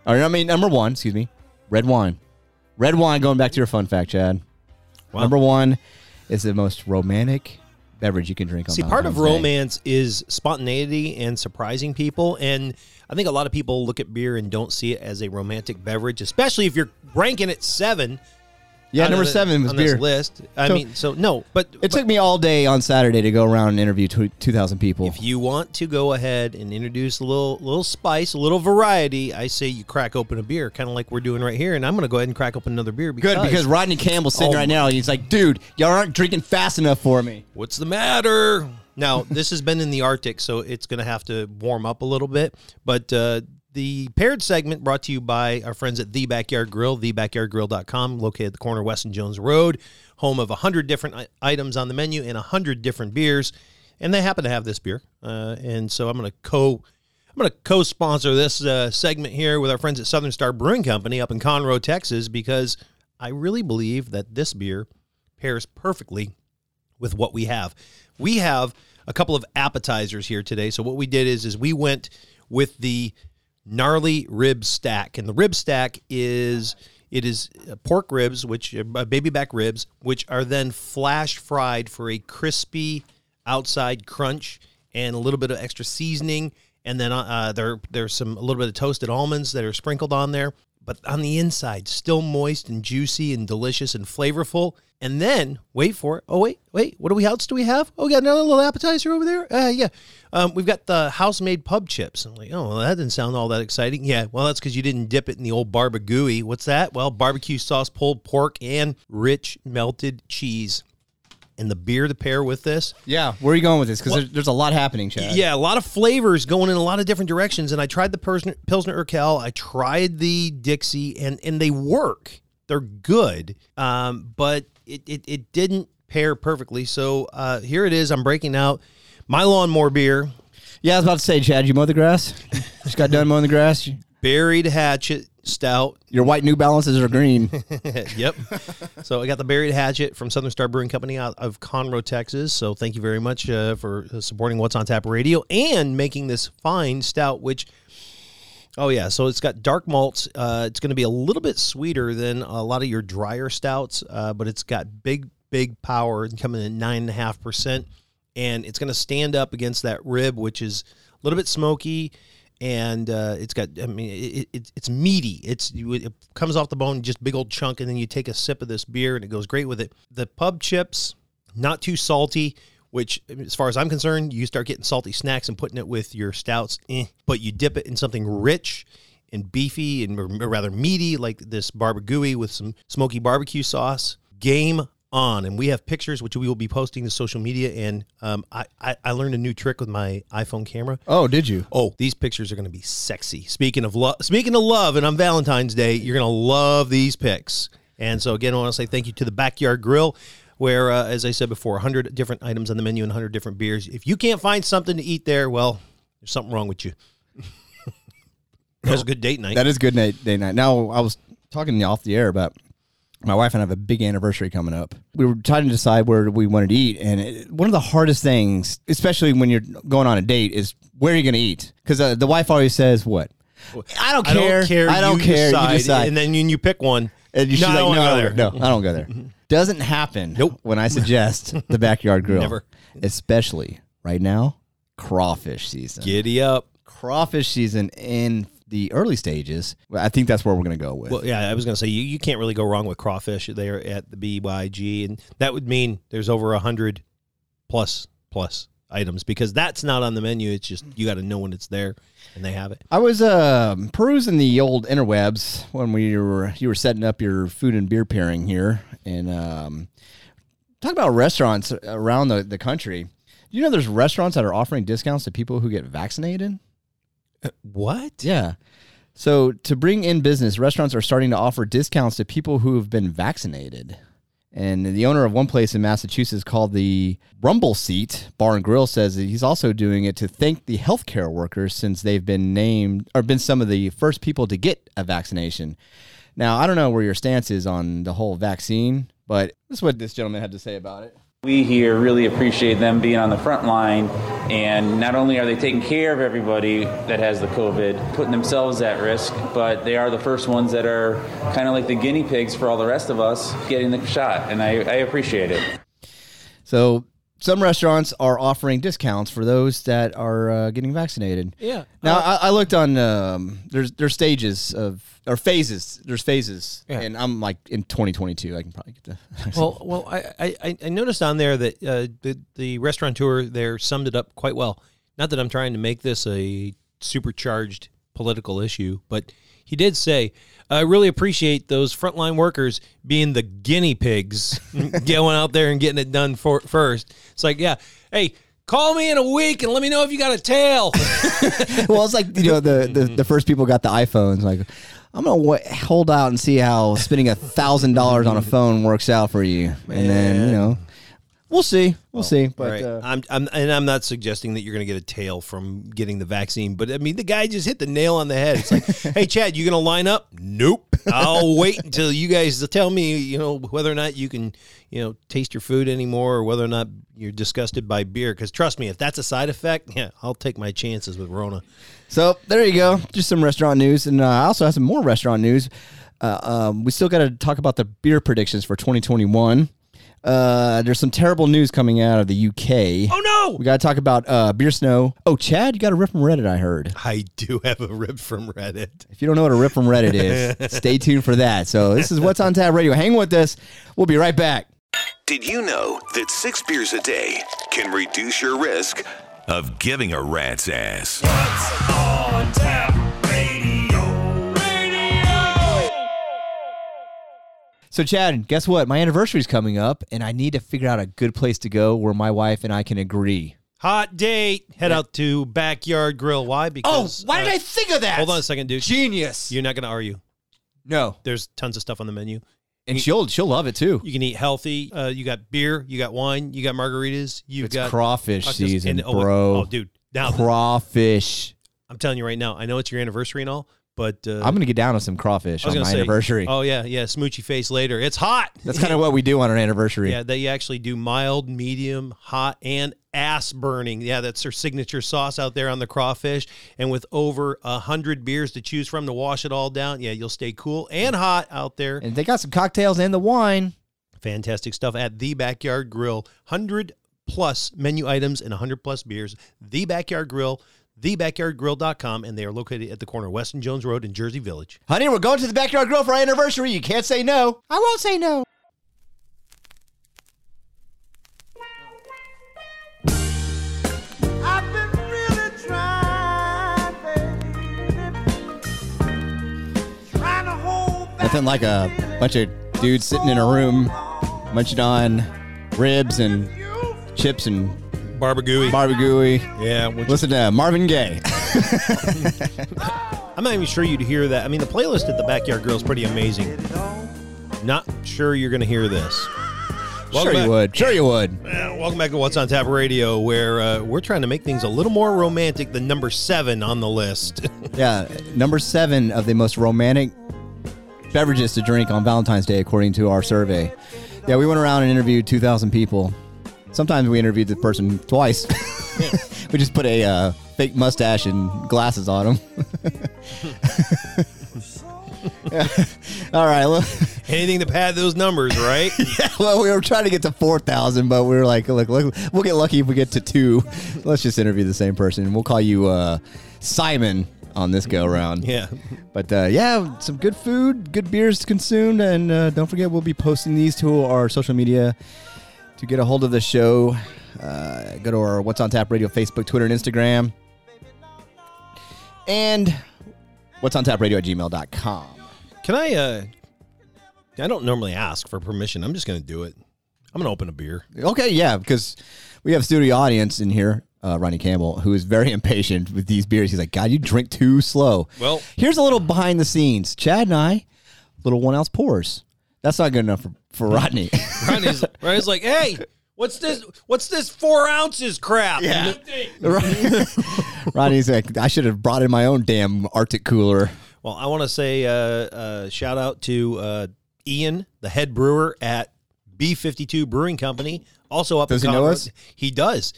Speaker 3: or I mean, number one, excuse me, red wine. Red wine, going back to your fun fact, Chad.
Speaker 2: Wow.
Speaker 3: Number one is the most romantic beverage you can drink on
Speaker 2: See, part of
Speaker 3: Valentine's Day.
Speaker 2: romance is spontaneity and surprising people. And I think a lot of people look at beer and don't see it as a romantic beverage, especially if you're ranking it seven.
Speaker 3: Yeah,
Speaker 2: out of
Speaker 3: number
Speaker 2: the-
Speaker 3: seven was
Speaker 2: on this
Speaker 3: beer.
Speaker 2: list. I
Speaker 3: So-
Speaker 2: mean, so no, but
Speaker 3: It took me all day on Saturday to go around and interview tw- 2,000 people.
Speaker 2: if you want to go ahead and introduce a little little spice, a little variety, I say you crack open a beer, kind of like we're doing right here. And I'm going to go ahead and crack open another beer. Because,
Speaker 3: Good, because Rodney Campbell's sitting
Speaker 2: Oh
Speaker 3: right now, and he's like, dude, y'all aren't drinking fast enough for me.
Speaker 2: What's the matter? Now, this has been in the Arctic, so it's going to have to warm up a little bit. But uh, the paired segment brought to you by our friends at The Backyard Grill, thebackyardgrill.com, located at the corner of West and Jones Road, home of 100 different i- items on the menu and 100 different beers. And they happen to have this beer. Uh, and so I'm going to co. I'm going to co-sponsor this uh, segment here with our friends at Southern Star Brewing Company up in Conroe, Texas, because I really believe that this beer pairs perfectly with what we have. We have a couple of appetizers here today. So what we did is is we went with the gnarly rib stack, and the rib stack is it is uh, pork ribs, which uh, baby back ribs, which are then flash fried for a crispy outside crunch and a little bit of extra seasoning, and then uh, there there's some a little bit of toasted almonds that are sprinkled on there. But on the inside, still moist and juicy and delicious and flavorful. And then wait for it. Oh wait, wait. What do we else do we have? Oh, we got another little appetizer over there. Uh, yeah, um, we've got the house made pub chips. I'm like, oh, well, that didn't sound all that exciting. Yeah, well, that's because you didn't dip it in the old barbecue. What's that? Well, barbecue sauce, pulled pork, and rich melted cheese, and the beer to pair with this.
Speaker 3: Yeah, where are you going with this? Because
Speaker 2: Well-
Speaker 3: there's, there's a lot happening, Chad.
Speaker 2: Yeah, a lot of flavors going in a lot of different directions. And I tried the Pilsner, Pilsner Urquell, I tried the Dixie, and and they work. They're good, um, but it, it it didn't pair perfectly. So uh, here it is. I'm breaking out my lawnmower beer,
Speaker 3: Yeah, I was about to say, Chad, you mow the grass? Just got done mowing the grass?
Speaker 2: buried hatchet stout.
Speaker 3: Your white New Balances are green.
Speaker 2: yep. So I got the Buried Hatchet from Southern Star Brewing Company out of Conroe, Texas. So thank you very much uh, for supporting What's on Tap Radio and making this fine stout, which. Oh yeah, so it's got dark malts. Uh, it's going to be a little bit sweeter than a lot of your drier stouts, uh, but it's got big, big power coming in at nine and a half percent, and it's going to stand up against that rib, which is a little bit smoky, and uh, it's got. I mean, it, it, it's meaty. It's you, it comes off the bone, just big old chunk, and then you take a sip of this beer, and it goes great with it. The pub chips, not too salty. Which, as far as I'm concerned, you start getting salty snacks and putting it with your stouts, eh. but you dip it in something rich and beefy and or rather meaty, like this barbecue with some smoky barbecue sauce. Game on, and we have pictures which we will be posting to social media. And um, I, I I learned a new trick with my iPhone camera.
Speaker 3: Oh, did you?
Speaker 2: Oh, these pictures are going to be sexy. Speaking of love, speaking of love, and on Valentine's Day, you're going to love these pics. And so again, I want to say thank you to the Backyard Grill. where, uh, as I said before, 100 different items on the menu and 100 different beers. If you can't find something to eat there, well, there's something wrong with you. That's a good date night.
Speaker 3: That is good night, day night. Now, I was talking to you off the air about my wife and I have a big anniversary coming up. We were trying to decide where we wanted to eat, and it, one of the hardest things, especially when you're going on a date, is where are you going to eat? Because uh, the wife always says, "What? I don't care.
Speaker 2: I don't care.
Speaker 3: I don't
Speaker 2: You
Speaker 3: care. You decide.
Speaker 2: And then you, you pick one.
Speaker 3: And you- she's
Speaker 2: I
Speaker 3: like,
Speaker 2: don't
Speaker 3: no,
Speaker 2: wanna
Speaker 3: I don't- no, I don't go there. Doesn't happen when I suggest the backyard grill.
Speaker 2: Never.
Speaker 3: Especially right now, crawfish season.
Speaker 2: Giddy up.
Speaker 3: Crawfish season in the early stages. Well, I think that's where we're going to go with.
Speaker 2: Well, yeah, I was going to say you, you can't really go wrong with crawfish there at the BYG, and that would mean there's over a hundred plus plus items because that's not on the menu. It's just you got to know when it's there, and they have it.
Speaker 3: I was um perusing the old interwebs when we were you were setting up your food and beer pairing here, and um, talk about restaurants around the, the country. You know, there's restaurants that are offering discounts to people who get vaccinated.
Speaker 2: What?
Speaker 3: Yeah. So to bring in business, restaurants are starting to offer discounts to people who have been vaccinated. And the owner of one place in Massachusetts called the Rumble Seat Bar and Grill says that he's also doing it to thank the healthcare workers since they've been named or been some of the first people to get a vaccination. Now, I don't know where your stance is on the whole vaccine, but this is what this gentleman had to say about it.
Speaker 11: We here really appreciate them being on the front line, and not only are they taking care of everybody that has the COVID, putting themselves at risk, but they are the first ones that are kind of like the guinea pigs for all the rest of us getting the shot, and I, I appreciate it.
Speaker 3: So some restaurants are offering discounts for those that are uh, getting vaccinated.
Speaker 2: Yeah.
Speaker 3: Now I, I looked on. Um, there's there's stages of or phases. There's phases, and I'm like in 2022. I can probably get the.
Speaker 2: well, well, I, I- I, I noticed on there that uh, the the restaurateur there summed it up quite well. Not that I'm trying to make this a supercharged political issue, but he did say, "I really appreciate those frontline workers being the guinea pigs, going out there and getting it done for first. It's like, yeah, hey, call me in a week and let me know if you got a tail.
Speaker 3: well, it's like you know the, the the first people got the iPhones. Like, I'm gonna wa hold out and see how spending a thousand dollars on a phone works out for you, and then you know, we'll see, we'll see. But
Speaker 2: right.
Speaker 3: uh,
Speaker 2: I'm, I'm and I'm not suggesting that you're going to get a tail from getting the vaccine, but I mean the guy just hit the nail on the head. It's like, hey Chad, you going to line up? Nope. I'll wait until you guys tell me, you know, whether or not you can, you know, taste your food anymore, or whether or not you're disgusted by beer. Because trust me, if that's a side effect, yeah, I'll take my chances with Rona.
Speaker 3: So there you go. Just some restaurant news, and uh, I also have some more restaurant news. Uh, um, we still got to talk about the beer predictions for 2021. Uh, there's some terrible news coming out of the UK.
Speaker 2: Oh no!
Speaker 3: We got to talk about uh, beer snow. Oh, Chad, you got a rip from Reddit. I heard.
Speaker 2: I do have a rib from Reddit.
Speaker 3: If you don't know what a rip from Reddit is, stay tuned for that. So this is what's on Tab Radio. Hang with us. We'll be right back.
Speaker 7: Did you know that six beers a day can reduce your risk of giving a rat's ass?
Speaker 8: On tap radio.
Speaker 3: So, Chad, guess what? My anniversary's coming up, and I need to figure out a good place to go where my wife and I can agree.
Speaker 2: Hot date. Head out to Backyard Grill. Why? Because
Speaker 3: Oh,
Speaker 2: uh,
Speaker 3: why did I think of that?
Speaker 2: Hold on a second, dude.
Speaker 3: Genius.
Speaker 2: You're not going to argue.
Speaker 3: No.
Speaker 2: There's tons of stuff on the menu.
Speaker 3: And she'll she'll love it too.
Speaker 2: You can eat healthy. Uh, you got beer. You got wine. You got margaritas. You
Speaker 3: It's
Speaker 2: got
Speaker 3: crawfish
Speaker 2: cocktails,
Speaker 3: season,
Speaker 2: and- oh, wait.
Speaker 3: bro.
Speaker 2: Oh, dude, now
Speaker 3: crawfish.
Speaker 2: I'm telling you right now. I know it's your anniversary and all, but uh,
Speaker 3: I'm gonna get down on some crawfish
Speaker 2: I was
Speaker 3: on
Speaker 2: gonna
Speaker 3: my
Speaker 2: say,
Speaker 3: anniversary.
Speaker 2: Oh yeah, yeah. Smoochy face later. It's hot.
Speaker 3: That's kind of what we do on our anniversary.
Speaker 2: Yeah, they actually do mild, medium, hot, and ass burning. Yeah, that's their signature sauce out there on the crawfish. And with over a hundred beers to choose from to wash it all down, yeah, you'll stay cool and hot out there.
Speaker 3: And they got some cocktails and the wine.
Speaker 2: Fantastic stuff at the Backyard Grill. Hundred plus menu items and hundred plus beers. The Backyard Grill. TheBackyardGrill.com, and they are located at the corner of West and Jones Road in Jersey Village.
Speaker 3: Honey, we're going to the backyard grill for our anniversary. You can't say no. I won't say no.
Speaker 8: I've been really trying, baby. Trying to hold
Speaker 3: Nothing like a bunch of dudes sitting in a room munching on ribs and chips and
Speaker 2: barbecue.
Speaker 3: Barbecue.
Speaker 2: Yeah.
Speaker 3: Listen to Marvin Gaye.
Speaker 2: I'm not even sure you'd hear that. I mean, the playlist at the Backyard Grill is pretty amazing. Not sure you're going to hear this.
Speaker 3: Sure you would. Sure you would.
Speaker 2: welcome back to What's on Tap Radio, where uh, we're trying to make things a little more romantic than number seven on the list.
Speaker 3: Yeah, number seven of the most romantic beverages to drink on Valentine's Day, according to our survey. Yeah, we went around and interviewed 2,000 people. Sometimes we interviewed the person twice. we just put a uh, fake mustache and glasses on them. All right. Well,
Speaker 2: Anything to pad those numbers, right?
Speaker 3: well, we were trying to get to 4,000, but we were like, look, look, we'll get lucky if we get to two. Let's just interview the same person. We'll call you uh, Simon on this go round.
Speaker 2: Yeah.
Speaker 3: But uh, yeah, some good food, good beers consumed, and uh, don't forget we'll be posting these to our social media. To get a hold of the show, uh, go to our What's on Tap Radio Facebook, Twitter, and Instagram, and What's on Tap Radio at gmail.com.
Speaker 2: Can I? Uh, I don't normally ask for permission. I'm just going to do it. I'm going to open a beer.
Speaker 3: Okay, yeah, because we have studio audience in here. Uh, Ronnie Campbell, who is very impatient with these beers, he's like, "God, you drink too slow."
Speaker 2: Well-
Speaker 3: here's a little behind the scenes. Chad and I, little one ounce pours. That's not good enough for, for Rodney.
Speaker 2: Ronnie's, Ronnie's like, hey, what's this? What's this four ounces crap?
Speaker 3: Yeah. Rodney's like, "I should have brought in my own damn Arctic cooler."
Speaker 2: Well, I want to say uh, uh, shout out to uh, Ian, the head brewer at B52 Brewing Company, also up
Speaker 3: Does
Speaker 2: in
Speaker 3: he know
Speaker 2: Colorado.
Speaker 3: us?
Speaker 2: He does.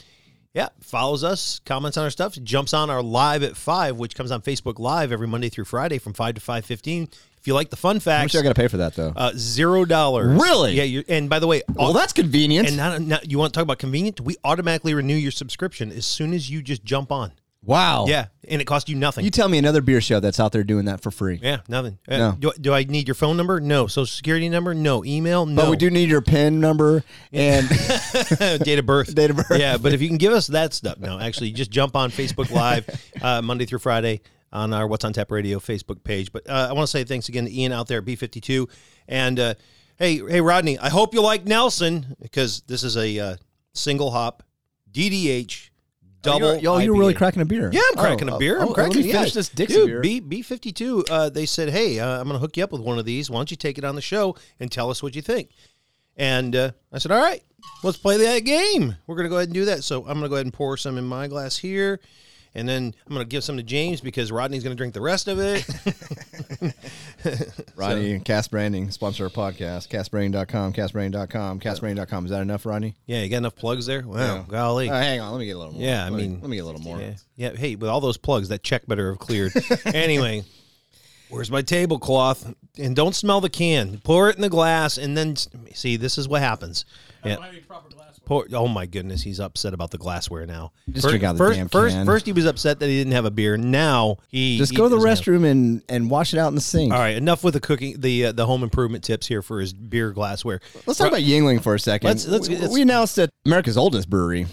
Speaker 2: Yeah, follows us, comments on our stuff, jumps on our live at five, which comes on Facebook Live every Monday through Friday from five to five fifteen. If you like the fun
Speaker 3: I'm
Speaker 2: facts,
Speaker 3: sure I got to pay for that though.
Speaker 2: uh, zero dollars.
Speaker 3: Really?
Speaker 2: Yeah. you and by the way,
Speaker 3: well, that's convenient.
Speaker 2: and not, not, you want to talk about convenient? We automatically renew your subscription as soon as you just jump on.
Speaker 3: wow.
Speaker 2: Yeah, and it costs you nothing.
Speaker 3: You tell me another beer show that's out there doing that for free.
Speaker 2: Yeah, nothing. Uh,
Speaker 3: No.
Speaker 2: do, do I need your phone number? No. Social security number? No. Email? No.
Speaker 3: But we do need your PIN number and
Speaker 2: date of birth.
Speaker 3: date of birth.
Speaker 2: Yeah, but if you can give us that stuff, no, actually, just jump on Facebook Live uh, Monday through Friday on our What's on Tap Radio Facebook page. But uh, I want to say thanks again to Ian out there at B52. And uh, hey, hey, Rodney, I hope you like Nelson because this is a uh, single hop DDH double.
Speaker 3: Oh, you're, oh, you're really
Speaker 2: IPA.
Speaker 3: cracking a beer.
Speaker 2: Yeah, I'm
Speaker 3: Oh,
Speaker 2: cracking
Speaker 3: oh,
Speaker 2: a beer. I'm
Speaker 3: oh, let
Speaker 2: cracking.
Speaker 3: me
Speaker 2: yeah.
Speaker 3: finish this Dixie
Speaker 2: Dude,
Speaker 3: beer.
Speaker 2: B B fifty two. They said, "Hey, uh, I'm going to hook you up with one of these. Why don't you take it on the show and tell us what you think?" And uh, I said, "All right, let's play that game. We're going to go ahead and do that." So I'm going to go ahead and pour some in my glass here, and then I'm going to give some to James because Rodney's going to drink the rest of it.
Speaker 3: Rodney and Cast Branding sponsor our podcast. Castbranding.com, castbranding.com, castbranding.com. Is that enough, Rodney?
Speaker 2: yeah, you got enough plugs there? Wow,
Speaker 3: Yeah.
Speaker 2: Oh, golly.
Speaker 3: Uh, hang on, let me get a little more.
Speaker 2: Yeah, I
Speaker 3: Let me-
Speaker 2: mean-
Speaker 3: let me get a little more.
Speaker 2: Yeah. yeah. Hey, with all those plugs, that check better have cleared. anyway, where's my tablecloth? And don't smell the can. Pour it in the glass, and then see. This is what happens. Yeah. Pour, oh my goodness, he's upset about the glassware now.
Speaker 3: Just
Speaker 2: Fir-
Speaker 3: drink out of the
Speaker 2: first,
Speaker 3: damn
Speaker 2: first,
Speaker 3: can.
Speaker 2: first he was upset that he didn't have a beer. Now he
Speaker 3: Just
Speaker 2: he
Speaker 3: go to the
Speaker 2: doesn't have-
Speaker 3: restroom and, and wash it out in the sink.
Speaker 2: All right, enough with the cooking, the uh, the home improvement tips here for his beer glassware.
Speaker 3: Let's talk
Speaker 2: Ro-
Speaker 3: about Yingling for a 2nd
Speaker 2: Let's- let's-
Speaker 3: we,
Speaker 2: let's-
Speaker 3: we announced that America's oldest brewery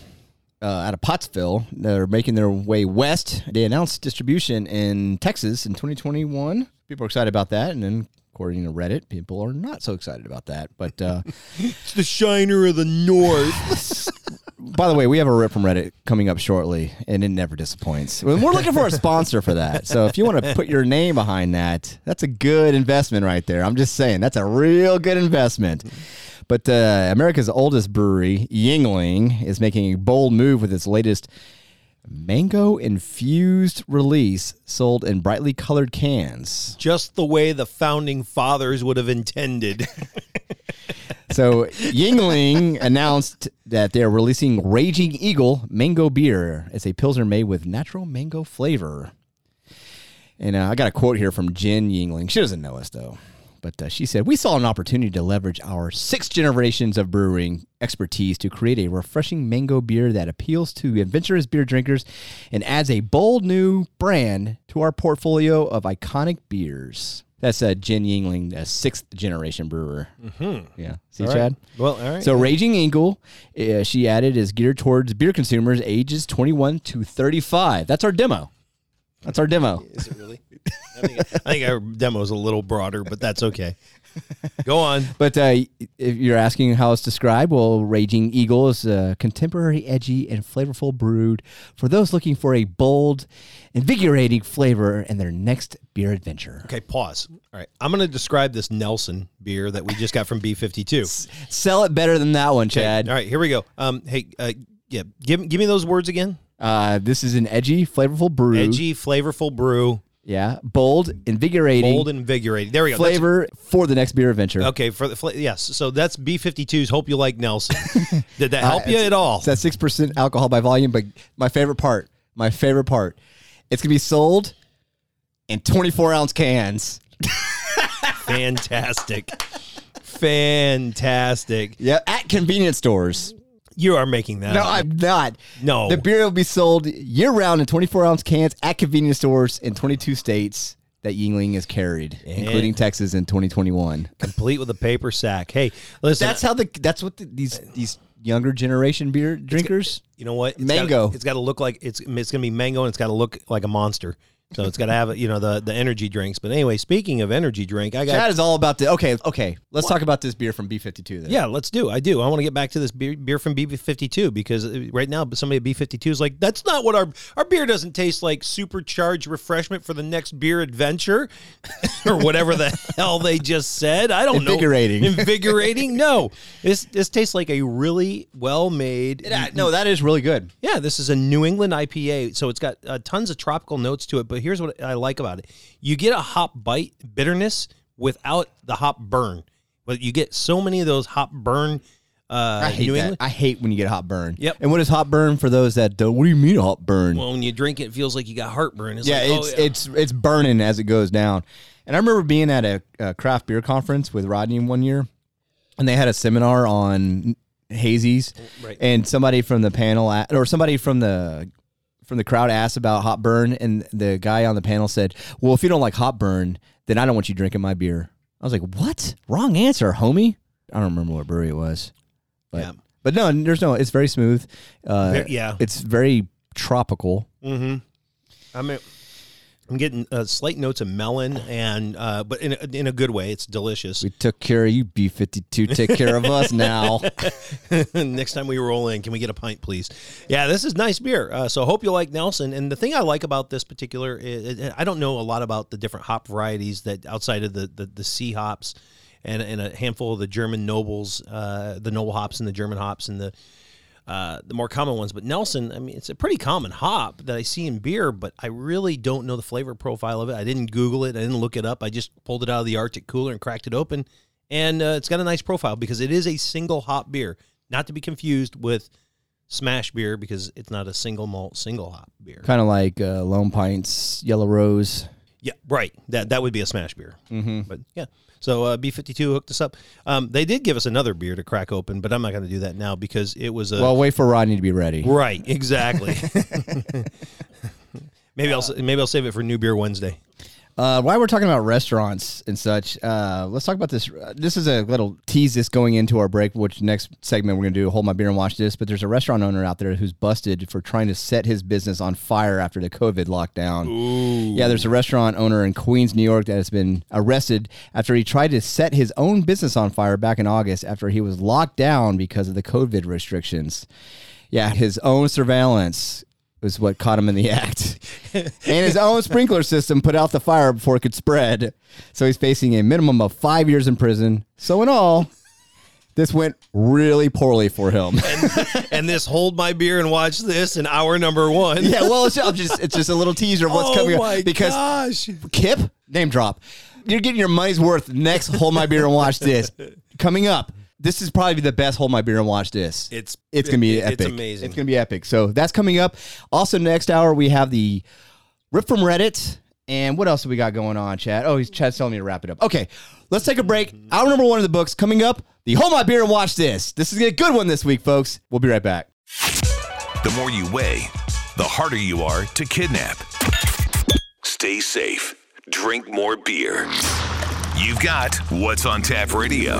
Speaker 3: uh, out of Pottsville, they're making their way west. They announced distribution in Texas in 2021. People are excited about that. And then, according to Reddit, people are not so excited about that. But uh,
Speaker 2: It's the Shiner of the North.
Speaker 3: By the way, we have a rip from Reddit coming up shortly, and it never disappoints. We're looking for a sponsor for that. So if you want to put your name behind that, that's a good investment right there. I'm just saying, that's a real good investment. But uh, America's oldest brewery, Yingling, is making a bold move with its latest mango infused release sold in brightly colored cans.
Speaker 2: Just the way the founding fathers would have intended.
Speaker 3: So Yingling announced that they're releasing Raging Eagle Mango Beer. It's a pilsner made with natural mango flavor. And uh, I got a quote here from Jen Yingling. She doesn't know us though, but uh, she said we saw an opportunity to leverage our six generations of brewing expertise to create a refreshing mango beer that appeals to adventurous beer drinkers and adds a bold new brand to our portfolio of iconic beers. That's uh, Jen Yingling, a sixth generation brewer. Mm-hmm. Yeah. See,
Speaker 2: All right.
Speaker 3: Chad?
Speaker 2: Well, all right.
Speaker 3: So, Raging Eagle, uh, she added, is geared towards beer consumers ages 21 to 35. That's our demo. That's our demo.
Speaker 2: Is it really? I think, I think our demo is a little broader, but that's okay. Go on.
Speaker 3: But uh, if you're asking how it's described, well, Raging Eagle is a contemporary, edgy, and flavorful brood for those looking for a bold, invigorating flavor in their next beer adventure.
Speaker 2: Okay, pause. All right. I'm going to describe this Nelson beer that we just got from B52.
Speaker 3: Sell it better than that one,
Speaker 2: Okay,
Speaker 3: Chad.
Speaker 2: All right, here we go. Um, hey, uh, yeah, give give me those words again.
Speaker 3: Uh, this is an edgy, flavorful brew.
Speaker 2: Edgy, flavorful brew,
Speaker 3: Yeah, bold, invigorating
Speaker 2: bold, invigorating. There we go. That's-
Speaker 3: flavor for the next beer adventure.
Speaker 2: okay, for the fla- yes. So that's B52's. Hope you like Nelson. Did that help
Speaker 3: Uh,
Speaker 2: you
Speaker 3: it's-
Speaker 2: at all?
Speaker 3: It's at six percent alcohol by volume, but my favorite part, my favorite part, it's gonna be sold in twenty-four ounce cans.
Speaker 2: Fantastic. Fantastic.
Speaker 3: Yeah, at convenience stores.
Speaker 2: You are making that.
Speaker 3: No,
Speaker 2: up.
Speaker 3: I'm not.
Speaker 2: Uh, No.
Speaker 3: the beer will be sold year round in twenty-four ounce cans at convenience stores in twenty-two states that Yingling is carried, including Texas in twenty twenty-one.
Speaker 2: complete with a paper sack. Hey, listen.
Speaker 3: That's how the. That's what the, these these younger generation beer drinkers.
Speaker 2: you know what? It's
Speaker 3: Mango.
Speaker 2: Gotta, it's got to look like it's it's going to be mango, and it's got to look like a monster. So it's got to have you know the the energy drinks. But anyway, speaking of energy drink, I got
Speaker 3: Chad is all about the. Okay, okay. Let's talk about this beer from B fifty two. Then.
Speaker 2: Yeah, let's do. I do. I want to get back to this beer, beer from B52 because uh, right now somebody at B52 is like, that's not what our our beer doesn't taste like supercharged refreshment for the next beer adventure or whatever the hell they just said. I don't
Speaker 3: Invigorating.
Speaker 2: know. Invigorating. No. This this tastes like a really well-made
Speaker 3: no, Oh, that is really good.
Speaker 2: yeah, this is a New England IPA, so it's got uh, tons of tropical notes to it. But here's what I like about it: you get a hop bite bitterness without the hop burn. But you get so many of those hop burn. Uh,
Speaker 3: I hate
Speaker 2: New
Speaker 3: that.
Speaker 2: England.
Speaker 3: I hate when you get hot burn.
Speaker 2: Yep.
Speaker 3: And what is hot burn for those that don't? What do you mean hot burn?
Speaker 2: Well, when you drink it, it feels like you got heartburn. It's
Speaker 3: yeah,
Speaker 2: like, oh,
Speaker 3: it's it's it's burning as it goes down. And I remember being at a, a craft beer conference with Rodney one year, and they had a seminar on hazies,
Speaker 2: Right.
Speaker 3: and somebody from the panel a- or somebody from the from the crowd asked about hot burn, and the guy on the panel said, "Well, if you don't like hot burn, then I don't want you drinking my beer." I was like, "What? Wrong answer, homie." I don't remember what brewery it was, but
Speaker 2: Yeah.
Speaker 3: but no, there's no. It's very smooth. Uh,
Speaker 2: Ve- yeah.
Speaker 3: it's very tropical.
Speaker 2: hmm I mean, I'm getting uh, slight notes of melon, and uh, but in a, in a good way. It's delicious.
Speaker 3: We took care of you, B fifty two. Take care of us now.
Speaker 2: Next time we roll in, can we get a pint, please? Yeah, this is nice beer. Uh, so hope you like Nelson. And the thing I like about this particular, is, is- I don't know a lot about the different hop varieties that outside of the the, the sea hops, and and a handful of the German nobles, uh, the noble hops and the German hops and the. Uh, the more common ones, but Nelson, I mean, it's a pretty common hop that I see in beer, but I really don't know the flavor profile of it. I didn't Google it, I didn't look it up. I just pulled it out of the Arctic cooler and cracked it open, and uh, it's got a nice profile because it is a single hop beer, not to be confused with smash beer because it's not a single malt single hop beer.
Speaker 3: kind of like uh, Lone Pines, Yellow Rose.
Speaker 2: Yeah, right. That that would be a smash beer.
Speaker 3: Mhm.
Speaker 2: But yeah, so uh, B fifty two hooked us up. Um, they did give us another beer to crack open, but I'm not going to do that now because it was a
Speaker 3: well, wait for Rodney to be ready.
Speaker 2: right. Exactly. maybe I'll s- maybe I'll save it for New Beer Wednesday.
Speaker 3: Uh, while we're talking about restaurants and such, uh, let's talk about this. uh, This is a little tease this going into our break, which next segment we're going to do hold my beer and watch this. But there's a restaurant owner out there who's busted for trying to set his business on fire after the COVID lockdown. Yeah, there's a restaurant owner in Queens, New York that has been arrested after he tried to set his own business on fire back in August after he was locked down because of the COVID restrictions. Yeah, his own surveillance was what caught him in the act. and his own sprinkler system put out the fire before it could spread. So he's facing a minimum of five years in prison. So, in all, this went really poorly for him.
Speaker 2: and this hold my beer and watch this in hour number one.
Speaker 3: yeah, well, it's I'm just, it's just a little teaser of what's
Speaker 2: Oh
Speaker 3: coming
Speaker 2: my
Speaker 3: up. Because
Speaker 2: gosh.
Speaker 3: Kip, name drop. You're getting your money's worth next Hold My Beer and Watch This. Coming up, this is probably the best Hold My Beer and Watch This.
Speaker 2: It's-
Speaker 3: it's gonna be
Speaker 2: it- it's
Speaker 3: epic.
Speaker 2: amazing.
Speaker 3: It's gonna be epic. So that's coming up. Also, next hour we have the rip from Reddit. And what else have we got going on, Chad? Oh, he's Chad's telling me to wrap it up. Okay, let's take a break. Hour number one of the books coming up. The Hold My Beer and Watch This. This is a good one this week, folks. We'll be right back.
Speaker 7: The more you weigh, the harder you are to kidnap. Stay safe. Drink more beer. You've got What's on Tap Radio.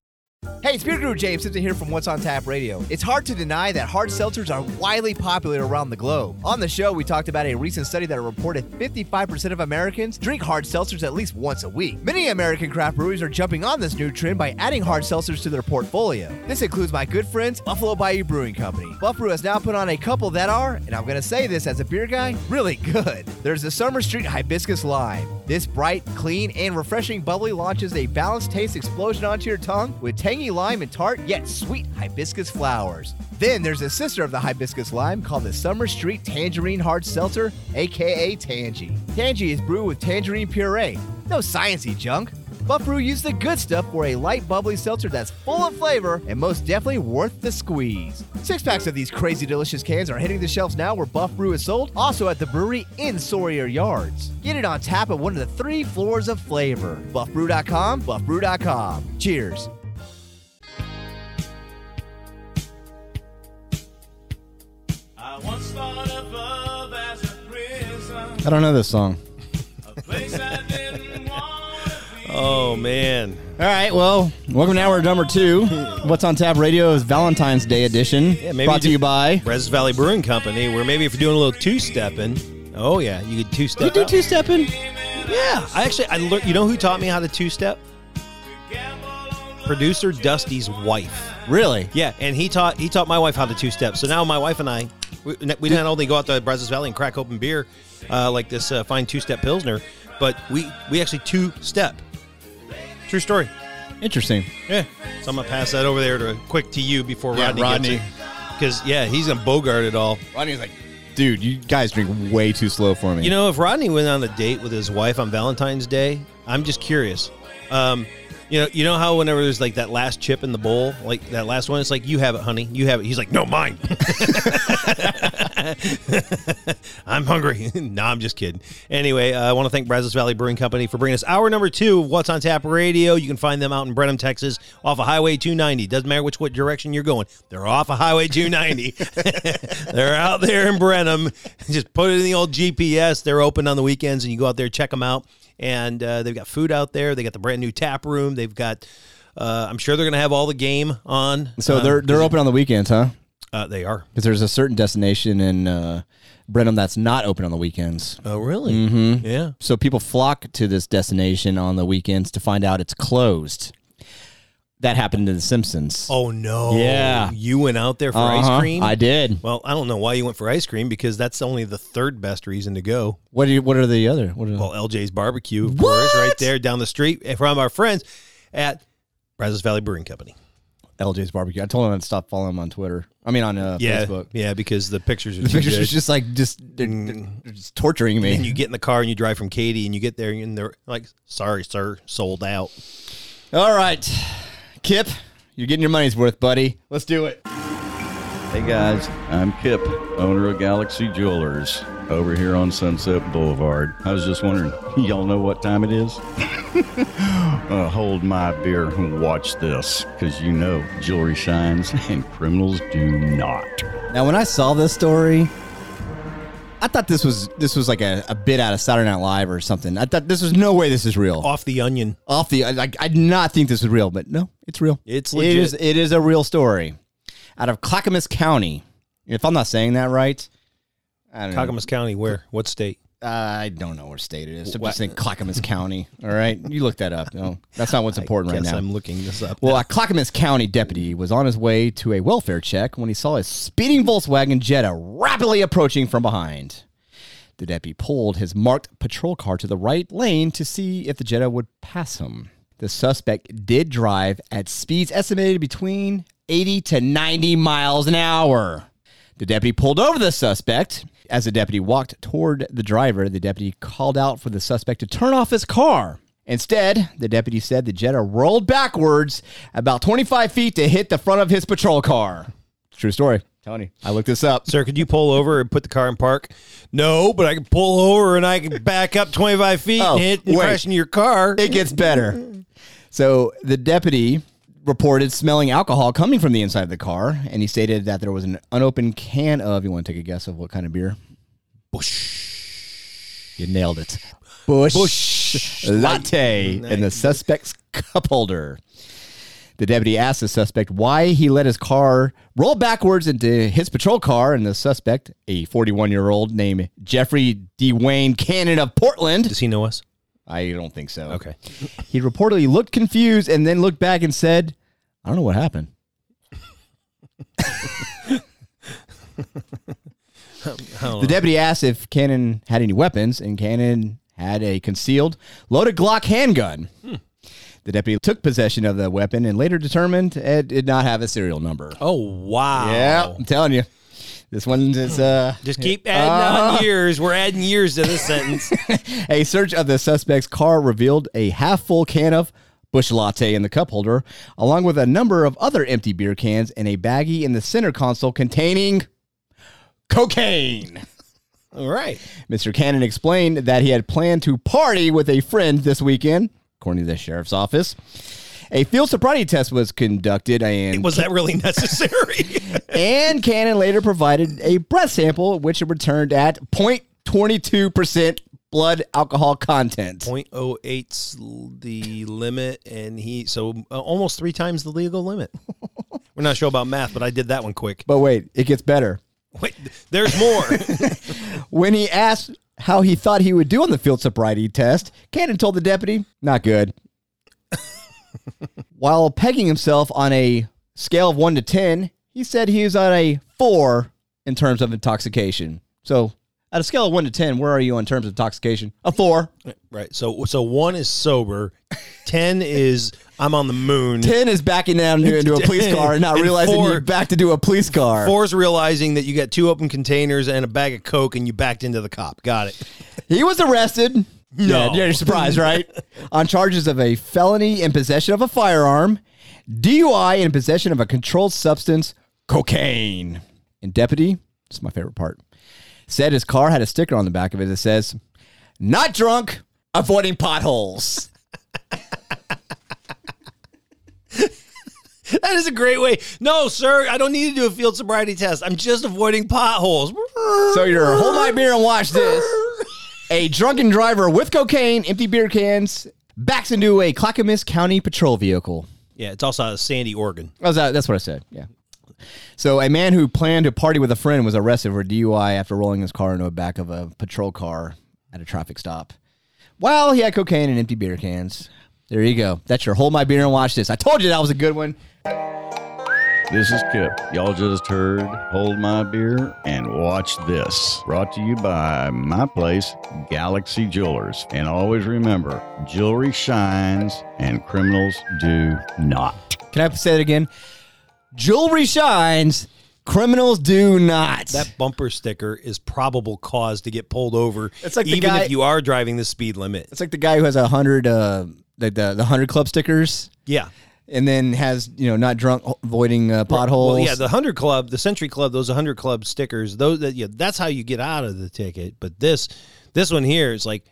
Speaker 1: Hey, it's Beer Guru James Simpson here from What's on Tap Radio. It's hard to deny that hard seltzers are widely popular around the globe. On the show, we talked about a recent study that reported 55% of Americans drink hard seltzers at least once a week. Many American craft breweries are jumping on this new trend by adding hard seltzers to their portfolio. This includes my good friends, Buffalo Bayou Brewing Company. Buffalo has now put on a couple that are, and I'm going to say this as a beer guy, really good. There's the Summer Street Hibiscus Lime. This bright, clean, and refreshing bubbly launches a balanced taste explosion onto your tongue with tangy lime and tart yet sweet hibiscus flowers. Then there's a sister of the hibiscus lime called the Summer Street Tangerine Hard Seltzer, aka Tangy. Tangy is brewed with tangerine puree. No sciencey junk. But Brew used the good stuff for a light, bubbly seltzer that's full of flavor and most definitely worth the squeeze. Six packs of these crazy delicious cans are hitting the shelves now where Buff Brew is sold, also at the brewery in Sawyer Yards. Get it on tap at one of the three floors of flavor. BuffBrew.com, BuffBrew.com. Cheers.
Speaker 8: I once thought of love as a prison.
Speaker 3: I don't know this song.
Speaker 2: Oh man!
Speaker 3: All right, well, welcome to hour number two. What's on Tap Radio is Valentine's Day edition. brought to you by.
Speaker 2: Res Valley Brewing Company, where maybe if you're doing a little two stepping, oh yeah, you could two step.
Speaker 3: You do two stepping?
Speaker 2: Yeah, I actually I learned. You know who taught me how to two step? Producer Dusty's wife.
Speaker 3: Really?
Speaker 2: Yeah, and he taught he taught my wife how to two step. So now my wife and I, we, we not only go out to Brazos Valley and crack open beer, uh, like this uh, fine two step pilsner, but we we actually two step. True story.
Speaker 3: Interesting.
Speaker 2: Yeah. So I'm gonna pass that over there to quick to you before
Speaker 3: Yeah,
Speaker 2: Rodney,
Speaker 3: Rodney.
Speaker 2: gets it, because yeah, he's gonna bogart it all.
Speaker 3: Rodney's like, dude, you guys drink way too slow for me.
Speaker 2: You know, if Rodney went on a date with his wife on Valentine's Day, I'm just curious. Um, you know, you know how whenever there's like that last chip in the bowl, like that last one, it's like you have it, honey, you have it. He's like, no, mine. I'm hungry. no, I'm just kidding. Anyway, uh, I want to thank Brazos Valley Brewing Company for bringing us hour number two of What's on Tap Radio. You can find them out in Brenham, Texas, off of Highway 290. Doesn't matter which what direction you're going, they're off of Highway 290. they're out there in Brenham. Just put it in the old GPS. They're open on the weekends, and you go out there check them out. And uh, they've got food out there. They got the brand new tap room. They've got. Uh, I'm sure they're going to have all the game on.
Speaker 3: So
Speaker 2: Um,
Speaker 3: they're they're open on the weekends, huh?
Speaker 2: Uh, they are.
Speaker 3: Because there's a certain destination in uh, Brenham that's not open on the weekends.
Speaker 2: Oh, really?
Speaker 3: Mm-hmm.
Speaker 2: Yeah.
Speaker 3: So people flock to this destination on the weekends to find out it's closed. That happened to The Simpsons.
Speaker 2: Oh no!
Speaker 3: Yeah.
Speaker 2: you went out there for
Speaker 3: Uh-huh,
Speaker 2: ice cream.
Speaker 3: I did.
Speaker 2: Well, I don't know why you went for ice cream because that's only the third best reason to go.
Speaker 3: What are you, what are the other? What are
Speaker 2: Well, LJ's Barbecue, of course, right there down the street eh, from our friends at Brazos Valley Brewing Company.
Speaker 3: LJ's barbecue? I told him I'd stop following him on Twitter. I mean on uh,
Speaker 2: yeah,
Speaker 3: Facebook.
Speaker 2: yeah, because the pictures are
Speaker 3: The
Speaker 2: too
Speaker 3: pictures
Speaker 2: good.
Speaker 3: was just like just they're, they're just torturing me.
Speaker 2: And you get in the car and you drive from Katy and you get there and they're like, "Sorry, sir, sold out."
Speaker 3: All right, Kip, you're getting your money's worth, buddy. Let's do it.
Speaker 12: Hey guys, I'm Kip, owner of Galaxy Jewelers, over here on Sunset Boulevard. I was just wondering, y'all know what time it is? uh, hold my beer and watch this, because you know jewelry shines and criminals do not.
Speaker 3: Now, when I saw this story, I thought this was this was like a, a bit out of Saturday Night Live or something. I thought this was no way this is real. Off
Speaker 2: the onion.
Speaker 3: Off the I- like I did not think this was real, but no, it's real.
Speaker 2: It's
Speaker 3: It
Speaker 2: legit.
Speaker 3: is it is a real story. Out of Clackamas County. If I'm not saying that right, I don't
Speaker 2: Clackamas County, where? What state?
Speaker 3: know. I don't know where state it is. I'm
Speaker 2: Wha-
Speaker 3: just saying Clackamas County. All right. You look that up. No. That's not what's important right
Speaker 2: Guess
Speaker 3: now.
Speaker 2: I'm looking this up.
Speaker 3: Well, a Clackamas County deputy was on his way to a welfare check when he saw a speeding Volkswagen Jetta rapidly approaching from behind. The deputy pulled his marked patrol car to the right lane to see if the Jetta would pass him. The suspect did drive at speeds estimated between 80 to 90 miles an hour. The deputy pulled over the suspect. As the deputy walked toward the driver, the deputy called out for the suspect to turn off his car. Instead, the deputy said the Jetta rolled backwards about 25 feet to hit the front of his patrol car. True story. Tony, I looked this up.
Speaker 2: Sir, could you pull over and put the car in park? No, but I can pull over and I can back up 25 feet
Speaker 3: Oh,
Speaker 2: and hit and crash into your car.
Speaker 3: It gets better. So the deputy reported smelling alcohol coming from the inside of the car, and he stated that there was an unopened can of. You want to take a guess of what kind of beer? Bush. You nailed it. Bush, latte in the suspect's cup holder. The deputy asked the suspect why he let his car roll backwards into his patrol car, and the suspect, a 41 year old named Jeffrey Dwayne Cannon of Portland. Does
Speaker 2: he know us?
Speaker 3: I don't think so.
Speaker 2: Okay.
Speaker 3: He reportedly looked confused and then looked back and said, I don't know what happened. The deputy asked if Cannon had any weapons, and Cannon had a concealed loaded Glock handgun. The deputy took possession of the weapon and later determined it did not have a serial number.
Speaker 2: Oh wow!
Speaker 3: Yeah, I'm telling you, this one is uh,
Speaker 2: Just keep adding on years. We're adding years to this sentence.
Speaker 3: A search of the suspect's car revealed a half full can of Bush Latte in the cup holder, along with a number of other empty beer cans and a baggie in the center console containing cocaine.
Speaker 2: All right.
Speaker 3: Mr. Cannon explained that he had planned to party with a friend this weekend, according to the sheriff's office. A field sobriety test was conducted, and
Speaker 2: Was that really necessary?
Speaker 3: and Cannon later provided a breath sample, which returned at 0.22% blood alcohol content.
Speaker 2: 0.08's l- the limit, and he so uh, almost three times the legal limit. We're not sure about math, but I did that one quick.
Speaker 3: But wait, it gets better.
Speaker 2: Wait, there's more.
Speaker 3: When he asked how he thought he would do on the field sobriety test, Cannon told the deputy, not good. While pegging himself on a scale of 1 to 10, he said he was on a 4 in terms of intoxication. So, at a scale of 1 to 10, where are you in terms of intoxication? A 4.
Speaker 2: right. So so one is sober, ten is I'm on the moon.
Speaker 3: 10 is backing down into a police car and not
Speaker 2: And
Speaker 3: realizing
Speaker 2: four-
Speaker 3: you're back to do a police car.
Speaker 2: Four's realizing that you got two open containers and a bag of coke, and you backed into the cop. Got it.
Speaker 3: He was arrested.
Speaker 2: No.
Speaker 3: Yeah, you're surprised, right? On charges of a felony in possession of a firearm, DUI in possession of a controlled substance, cocaine. And deputy, this is my favorite part, said his car had a sticker on the back of it that says, not drunk, avoiding potholes.
Speaker 2: That is a great way. No, sir, I don't need to do a field sobriety test. I'm just avoiding potholes.
Speaker 3: So you're hold my beer and watch this. A drunken driver with cocaine, empty beer cans, backs into a Clackamas County patrol vehicle.
Speaker 2: Yeah, it's also out of Sandy, Oregon.
Speaker 3: Oh, That was- that's what I said. Yeah. So a man who planned to party with a friend was arrested for DUI after rolling his car into the back of a patrol car at a traffic stop. Well, he had cocaine and empty beer cans. There you go. That's your hold my beer and watch this. I told you that was a good one.
Speaker 12: This is Kip. Y'all just heard Hold My Beer and Watch This. Brought to you by my place, Galaxy Jewelers. And always remember jewelry shines and criminals do not.
Speaker 3: Can I say it again? Jewelry shines, criminals do not.
Speaker 2: That bumper sticker is probable cause to get pulled over.
Speaker 3: It's like the
Speaker 2: even
Speaker 3: guy-
Speaker 2: if you are driving the speed limit.
Speaker 3: It's like the guy who has a hundred, uh, the, the the hundred club stickers.
Speaker 2: Yeah.
Speaker 3: and then has you know not drunk avoiding uh, potholes.
Speaker 2: Well, yeah, the hundred club, the Century Club, those hundred club stickers, those that yeah, that's how you get out of the ticket. But this, this one here is like,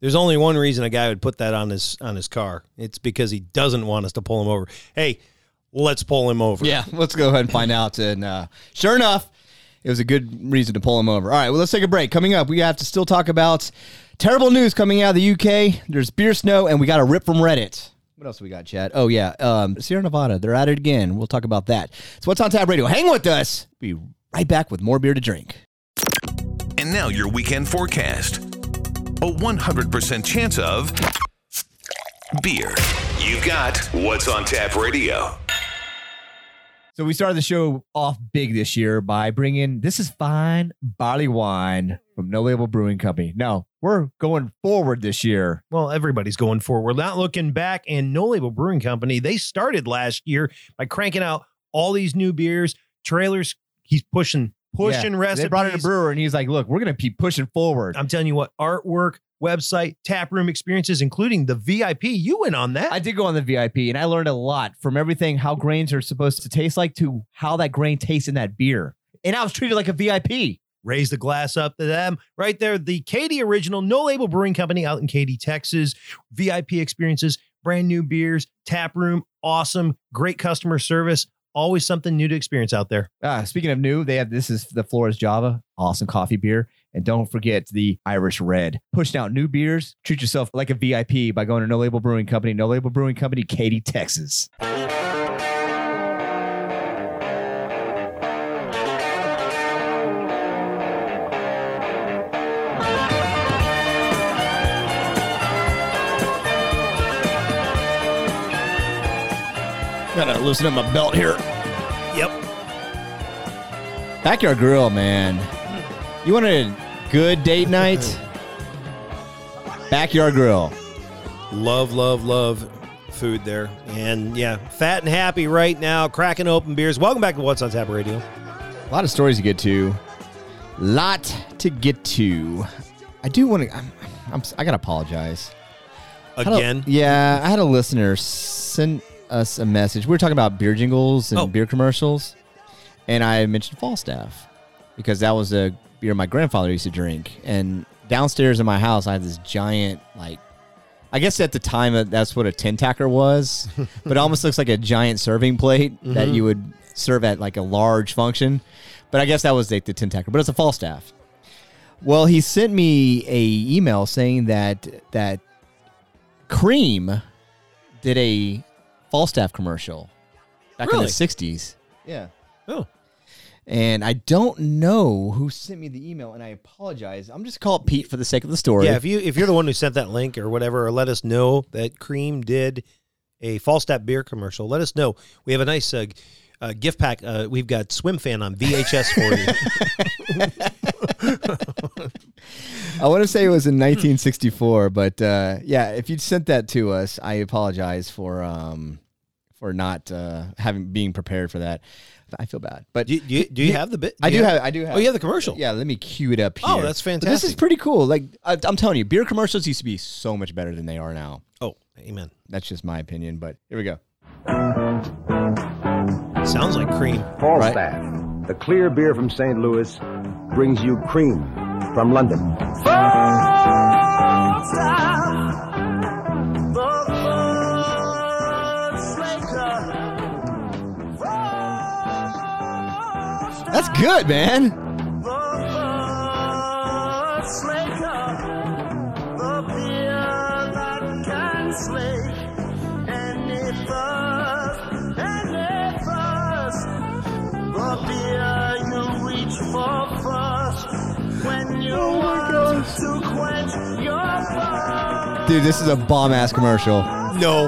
Speaker 2: there's only one reason a guy would put that on his on his car. It's because he doesn't want us to pull him over. Hey, let's pull him over.
Speaker 3: Yeah, let's go ahead and find out. And uh, sure enough, it was a good reason to pull him over. All right, well, let's take a break. Coming up, we have to still talk about terrible news coming out of the UK. There's beer snow, and we got a rip from Reddit. What else we got, Chad? Oh, yeah. Um, Sierra Nevada, they're at it again. We'll talk about that. So, what's on Tab Radio? Hang with us. Be right back with more beer to drink.
Speaker 7: And now your weekend forecast. A 100% chance of beer. You've got What's on Tap Radio.
Speaker 3: So we started the show off big this year by bringing this is fine barley wine from No Label Brewing Company. Now we're going forward this year.
Speaker 2: Well, everybody's going forward, not looking back. And No Label Brewing Company, they started last year by cranking out all these new beers, trailers. He's pushing, pushing
Speaker 3: Yeah,
Speaker 2: recipes. Uh,
Speaker 3: They brought in a brewer and he's like, "Look, we're going to keep pushing forward."
Speaker 2: I'm telling you what, artwork, website, tap room experiences, including the VIP. You went on that.
Speaker 3: I did go on the VIP and I learned a lot from everything how grains are supposed to taste like to how that grain tastes in that beer. And I was treated like a VIP.
Speaker 2: Raise the glass up to them right there. The Katy Original No Label Brewing Company out in Katy, Texas. VIP experiences, brand new beers, tap room, awesome, great customer service. Always something new to experience out there.
Speaker 3: Uh, speaking of new, they have this is the Flores Java, awesome coffee beer. And don't forget the Irish Red. Pushing out new beers. Treat yourself like a VIP by going to No Label Brewing Company, No Label Brewing Company, Katy, Texas. Gotta loosen up my belt here.
Speaker 2: Yep.
Speaker 3: Backyard Grill, man. You want a good date night? Backyard Grill.
Speaker 2: Love, love, love food there. And yeah, fat and happy right now, cracking open beers. Welcome back to What's on Tap Radio.
Speaker 3: A lot of stories to get to. Lot to get to. I do want to. I'm, I'm, I gotta apologize. Had a-
Speaker 2: Again?
Speaker 3: yeah, I had a listener send us a message. We were talking about beer jingles and beer commercials, and I mentioned Falstaff because that was a beer my grandfather used to drink. And downstairs in my house, I had this giant like. I guess at the time uh, that's what a tin tacker was, but it almost looks like a giant serving plate that
Speaker 2: Mhm.
Speaker 3: you would serve at like a large function. But I guess that was like the tin tacker, but it's a Falstaff. Well, he sent me a email saying that that Cream did a Falstaff commercial back in
Speaker 2: Really?
Speaker 3: the '60s, Yeah.
Speaker 2: Oh.
Speaker 3: and I don't know who sent me the email, and I apologize. I'm just call it Pete for the sake of the story.
Speaker 2: Yeah, if you if you're the one who sent that link or whatever, or let us know that Cream did a Falstaff beer commercial. Let us know. We have a nice uh, g- uh, gift pack. Uh, we've got Swim Fan on VHS for you.
Speaker 3: I want to say it was
Speaker 2: Hmm.
Speaker 3: in 1964, but uh, yeah, if you'd sent that to us, I apologize for um, for not uh, having being prepared for that. I feel bad, but
Speaker 2: do, you- do you have the bit?
Speaker 3: I do
Speaker 2: you
Speaker 3: have. I do have.
Speaker 2: Oh, you have the commercial.
Speaker 3: Yeah, let me cue it up here.
Speaker 2: Oh, that's
Speaker 3: But this is
Speaker 2: fantastic.
Speaker 3: pretty cool. Like I, I'm telling you, beer commercials used to be so much better than they are now.
Speaker 2: Oh, amen.
Speaker 3: That's just my opinion, but here we go.
Speaker 2: Sounds like cream.
Speaker 13: Falstaff, the clear beer from St. Louis, brings you cream from London.
Speaker 3: That's good, man.
Speaker 8: Oh my gosh. To quench your thirst.
Speaker 3: Dude, this is a bomb ass commercial.
Speaker 2: No.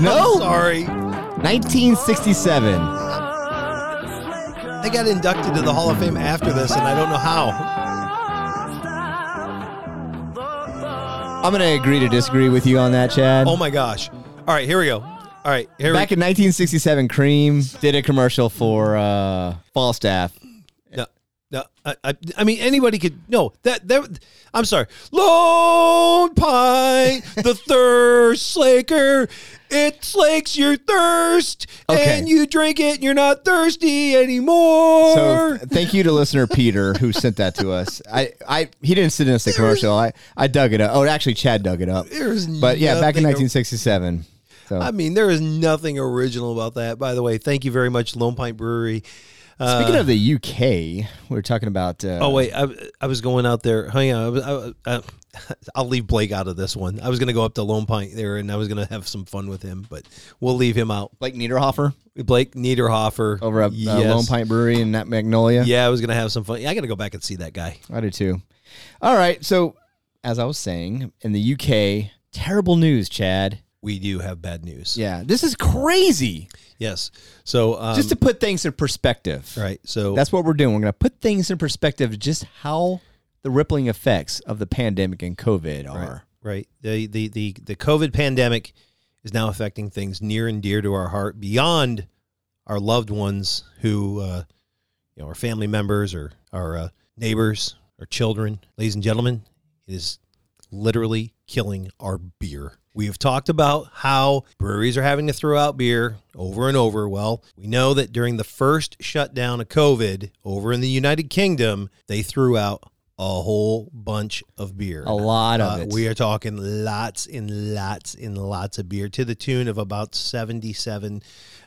Speaker 3: No?
Speaker 2: I'm sorry.
Speaker 3: 1967.
Speaker 2: They got inducted to the Hall of Fame after this, and I don't know how.
Speaker 3: I'm gonna agree to disagree with you on that, Chad.
Speaker 2: Oh my gosh! All right, here we go. All right, here
Speaker 3: Back
Speaker 2: we
Speaker 3: in 1967, Cream did a commercial for uh, Falstaff.
Speaker 2: No, no. I, I, I mean, anybody could. No, that that. I'm sorry. Lone Pine, the thirst slaker, It slakes your thirst,
Speaker 3: Okay.
Speaker 2: and you drink it, and you're not thirsty anymore.
Speaker 3: So thank you to listener Peter who sent that to us. I, I he didn't send us the commercial. I, I dug it up. Oh, actually Chad dug it up.
Speaker 2: There's
Speaker 3: But yeah, back in
Speaker 2: nothing-
Speaker 3: 1967. So
Speaker 2: I mean, there is nothing original about that. By the way, thank you very much, Lone Pine Brewery. Uh,
Speaker 3: speaking of the UK, we were talking about. Uh,
Speaker 2: oh wait, I, I was going out there. Hang on, I was, I, I, I'll leave Blake out of this one. I was going to go up to Lone Pine there, and I was going to have some fun with him, but we'll leave him out.
Speaker 3: Blake Niederhofer,
Speaker 2: Blake Niederhofer
Speaker 3: over at uh, Lone Pine Brewery in that Magnolia.
Speaker 2: Yeah, I was going to have some fun. Yeah, I got to go back and see that guy.
Speaker 3: I do too. All right, so as I was saying, in the UK, terrible news, Chad.
Speaker 2: We do have bad news.
Speaker 3: Yeah, this is crazy.
Speaker 2: Yes. So um,
Speaker 3: just to put things in perspective,
Speaker 2: right? So
Speaker 3: that's what we're doing. We're going to put things in perspective, of just how the rippling effects of the pandemic and COVID are.
Speaker 2: right? The the the the COVID pandemic is now affecting things near and dear to our heart, beyond our loved ones who, uh, you know, our family members or our uh, neighbors or children. Ladies and gentlemen, it is literally killing our beer. We have talked about how breweries are having to throw out beer over and over. Well, we know that during the first shutdown of COVID over in the United Kingdom, they threw out a whole bunch of beer. Uh,
Speaker 3: A lot of it.
Speaker 2: We are talking lots and lots and lots of beer to the tune of about 77,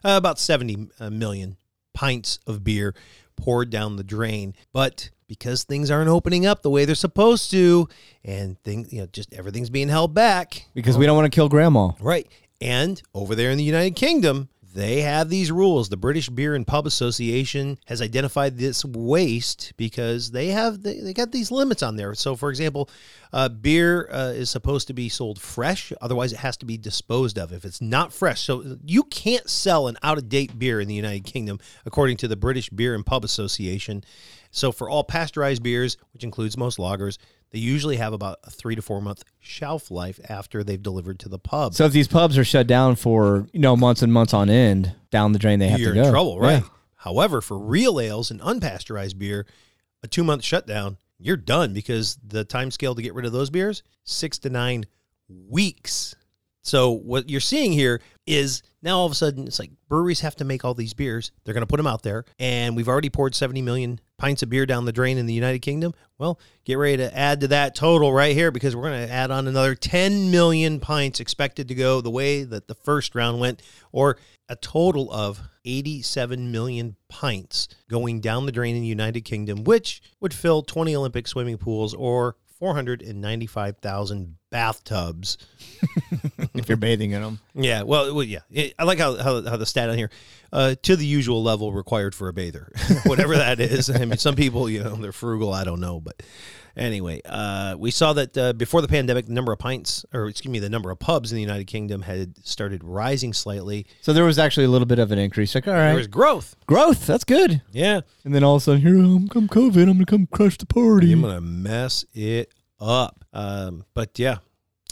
Speaker 2: uh, about 70 uh, million pints of beer poured down the drain. But because things aren't opening up the way they're supposed to, and things, you know, just everything's being held back.
Speaker 3: Because we don't want to kill grandma.
Speaker 2: Right. And over there in the United Kingdom, they have these rules. The British Beer and Pub Association has identified this waste because they have they, they got these limits on there. So, for example, uh, beer uh, is supposed to be sold fresh; otherwise, it has to be disposed of if it's not fresh. So, you can't sell an out of date beer in the United Kingdom, according to the British Beer and Pub Association. So, for all pasteurized beers, which includes most lagers, they usually have about a three to four month shelf life after they've delivered to the pub.
Speaker 3: So if these pubs are shut down for you know months and months on end, down the drain they have
Speaker 2: you're
Speaker 3: to go.
Speaker 2: in trouble, right?
Speaker 3: Yeah.
Speaker 2: However, for real ales and unpasteurized beer, a two month shutdown, you're done because the time scale to get rid of those beers six to nine weeks. So what you're seeing here is now all of a sudden it's like breweries have to make all these beers. They're going to put them out there, and we've already poured 70 million pints of beer down the drain in the United Kingdom. Well, get ready to add to that total right here because we're going to add on another 10 million pints expected to go the way that the first round went, or a total of 87 million pints going down the drain in the United Kingdom, which would fill 20 Olympic swimming pools or 495,000 bathtubs.
Speaker 3: if you're bathing in them.
Speaker 2: Yeah, well, well yeah. It- I like how, how how the stat on here uh, to the usual level required for a bather, whatever that is. I mean, some people, you know, they're frugal. I don't know, but anyway, uh, we saw that uh, before the pandemic, the number of pints, or excuse me, the number of pubs in the United Kingdom had started rising slightly.
Speaker 3: So there was actually a little bit of an increase. Like all right,
Speaker 2: There was growth.
Speaker 3: growth. That's good.
Speaker 2: Yeah,
Speaker 3: And then all of a sudden, here I'm come COVID. I'm gonna come crush the party.
Speaker 2: I'm gonna mess it up. Um, but yeah,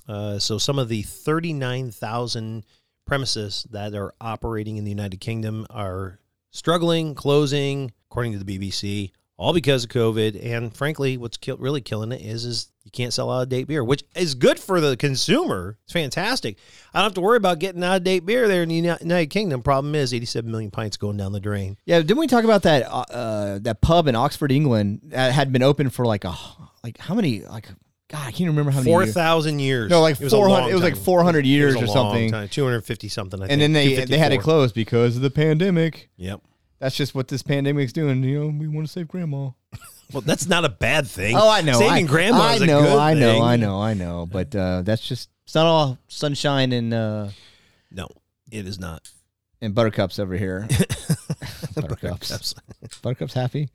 Speaker 2: uh, so some of the 39,000 premises that are operating in the United Kingdom are struggling, closing, according to the BBC, all because of COVID. And frankly, what's kill- really killing it is is you can't sell out of date beer, which is good for the consumer. It's fantastic. I don't have to worry about getting out of date beer there in the Uni- United Kingdom. Problem is, 87 million pints going down the drain.
Speaker 3: Yeah, didn't we talk about that uh, uh, that pub in Oxford, England that had been open for like a like how many like God, I can't remember how many
Speaker 2: Four
Speaker 3: years.
Speaker 2: thousand years.
Speaker 3: No, like
Speaker 2: It was a long
Speaker 3: 400 it was
Speaker 2: time.
Speaker 3: like 400 years
Speaker 2: It was a
Speaker 3: or
Speaker 2: long
Speaker 3: something.
Speaker 2: time, 250 something. I
Speaker 3: and then
Speaker 2: think,
Speaker 3: they they had it
Speaker 2: 254.
Speaker 3: closed because of the pandemic.
Speaker 2: Yep.
Speaker 3: That's just what this pandemic's doing. You know, we want to save grandma.
Speaker 2: Well, that's not a bad thing.
Speaker 3: Oh, I know. I,
Speaker 2: Saving grandma
Speaker 3: I
Speaker 2: is a
Speaker 3: know.
Speaker 2: good
Speaker 3: I know.
Speaker 2: thing.
Speaker 3: I know. I know. But uh, that's just it's not all sunshine and uh,
Speaker 2: No, it is not.
Speaker 3: and buttercups over here. buttercups. buttercups happy.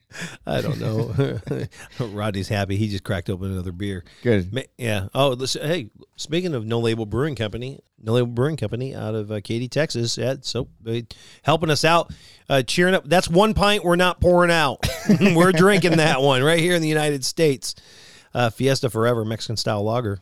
Speaker 2: I don't know. Roddy's happy. He just cracked open another beer.
Speaker 3: Good.
Speaker 2: Ma- Yeah. Oh, listen, hey, speaking of No Label Brewing Company, No Label Brewing Company out of uh, Katy, Texas. Yeah, so they helping us out, uh, cheering up. That's one pint we're not pouring out. we're drinking that one right here in the United States. Uh, Fiesta Forever Mexican style lager.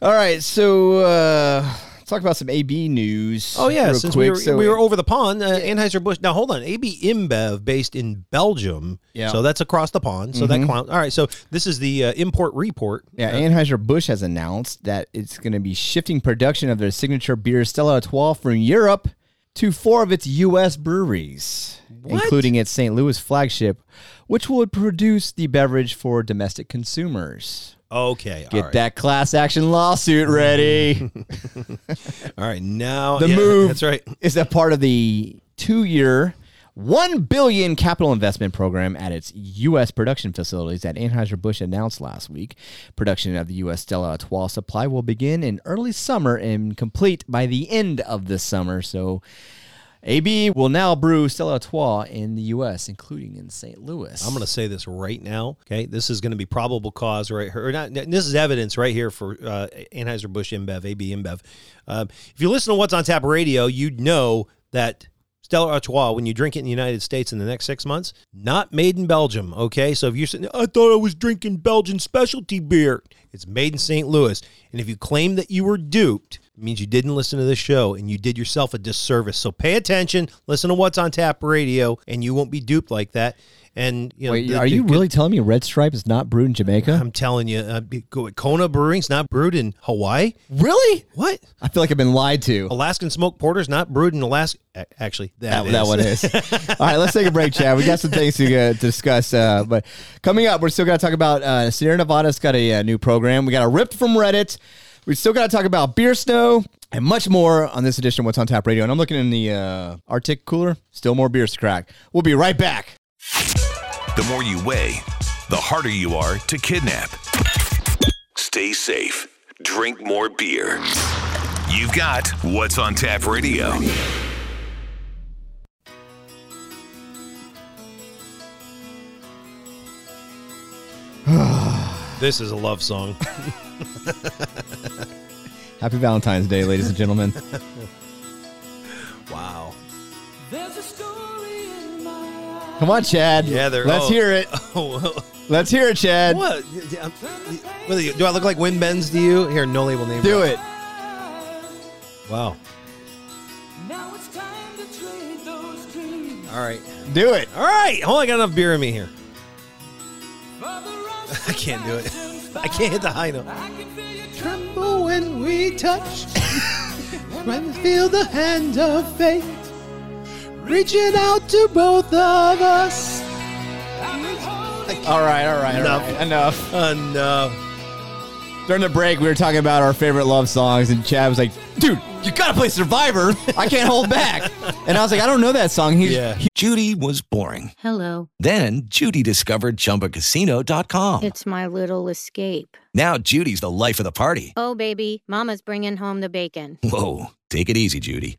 Speaker 3: All right. So uh, talk about some AB news.
Speaker 2: Oh yeah,
Speaker 3: real
Speaker 2: since
Speaker 3: quick.
Speaker 2: we were,
Speaker 3: So-
Speaker 2: we were over the pond, uh, Anheuser Busch. Now hold on, AB InBev based in Belgium,
Speaker 3: Yeah.
Speaker 2: So that's across the pond. So
Speaker 3: Mhm.
Speaker 2: that counts. All right, so this is the uh, import report.
Speaker 3: Yeah, Anheuser-Busch has announced that it's going to be shifting production of their signature beer Stella Artois from Europe to four of its U.S. breweries, including its St. Louis flagship, which would produce the beverage for domestic consumers.
Speaker 2: Okay, all
Speaker 3: Get
Speaker 2: right.
Speaker 3: that class action lawsuit ready.
Speaker 2: all right, now
Speaker 3: the
Speaker 2: yeah,
Speaker 3: move
Speaker 2: That's right.
Speaker 3: is a part of the two-year, one billion capital investment program at its U.S. production facilities that Anheuser-Busch announced last week. Production of the U.S. Stella Artois supply will begin in early summer and complete by the end of this summer. So. AB will now brew Stella Artois in the U.S., including in St. Louis.
Speaker 2: I'm going to say this right now. Okay, this is going to be probable cause right here. Or not, this is evidence right here for uh, Anheuser Busch InBev, AB InBev. Um, if you listen to What's on Tap Radio, you'd know that Stella Artois, when you drink it in the United States in the next six months, not made in Belgium. Okay, so if you're sitting, I thought I was drinking Belgian specialty beer. It's made in St. Louis, and if you claim that you were duped. It means you didn't listen to this show and you did yourself a disservice. So pay attention, listen to what's on tap radio, and you won't be duped like that. And you know,
Speaker 3: Wait,
Speaker 2: the-
Speaker 3: are
Speaker 2: the
Speaker 3: you
Speaker 2: good-
Speaker 3: really telling me Red Stripe is not brewed in Jamaica?
Speaker 2: I'm telling you, uh, be- go- Kona Brewing's not brewed in Hawaii.
Speaker 3: Really?
Speaker 2: What?
Speaker 3: I feel like I've been lied to.
Speaker 2: Alaskan Smoke Porter's not brewed in Alaska. Actually, that,
Speaker 3: that, that one is. All right, let's take a break, Chad. We got some things to uh, discuss. Uh, but coming up, we're still going to talk about uh, Sierra Nevada's got a, uh new program. We got a ripped from Reddit. We still got to talk about beer snow and much more on this edition of What's on Tap Radio. And I'm looking in the uh, Arctic cooler. Still more beers to crack. We'll be right back.
Speaker 7: The more you weigh, the harder you are to kidnap. Stay safe. Drink more beer. You've got What's on Tap Radio.
Speaker 2: This is a love song.
Speaker 3: Happy Valentine's Day, ladies and gentlemen.
Speaker 2: wow.
Speaker 8: There's a story in my
Speaker 3: Come on, Chad.
Speaker 2: Yeah, they're.
Speaker 3: Let's
Speaker 2: oh.
Speaker 3: hear it.
Speaker 2: Oh,
Speaker 3: Let's hear it, Chad.
Speaker 2: what? I'm- what are you- do I look like Win Benz to you? Here, Noli will name.
Speaker 3: Do it.
Speaker 2: Wow.
Speaker 8: Now it's time to trade those dreams
Speaker 2: All right.
Speaker 3: Do it.
Speaker 2: All right. Hold on, I got enough beer in me here. I can't do it. I can't hit the high note.
Speaker 8: Tremble when we touch. when we feel the hand of fate reaching out to both of us.
Speaker 3: All right, all right, all
Speaker 8: Enough.
Speaker 3: right. Enough.
Speaker 2: Uh, Enough.
Speaker 3: During the break, we were talking about our favorite love songs, and Chad was like, dude, you gotta play Survivor. I can't hold back. And I was like, I don't know that song. He's, yeah.
Speaker 14: Judy was boring.
Speaker 15: Hello.
Speaker 14: Then Judy discovered ChumbaCasino.com.
Speaker 15: It's my little escape.
Speaker 14: Now Judy's the life of the party.
Speaker 15: Oh, baby, Mama's bringing home the bacon.
Speaker 14: Whoa, take it easy, Judy.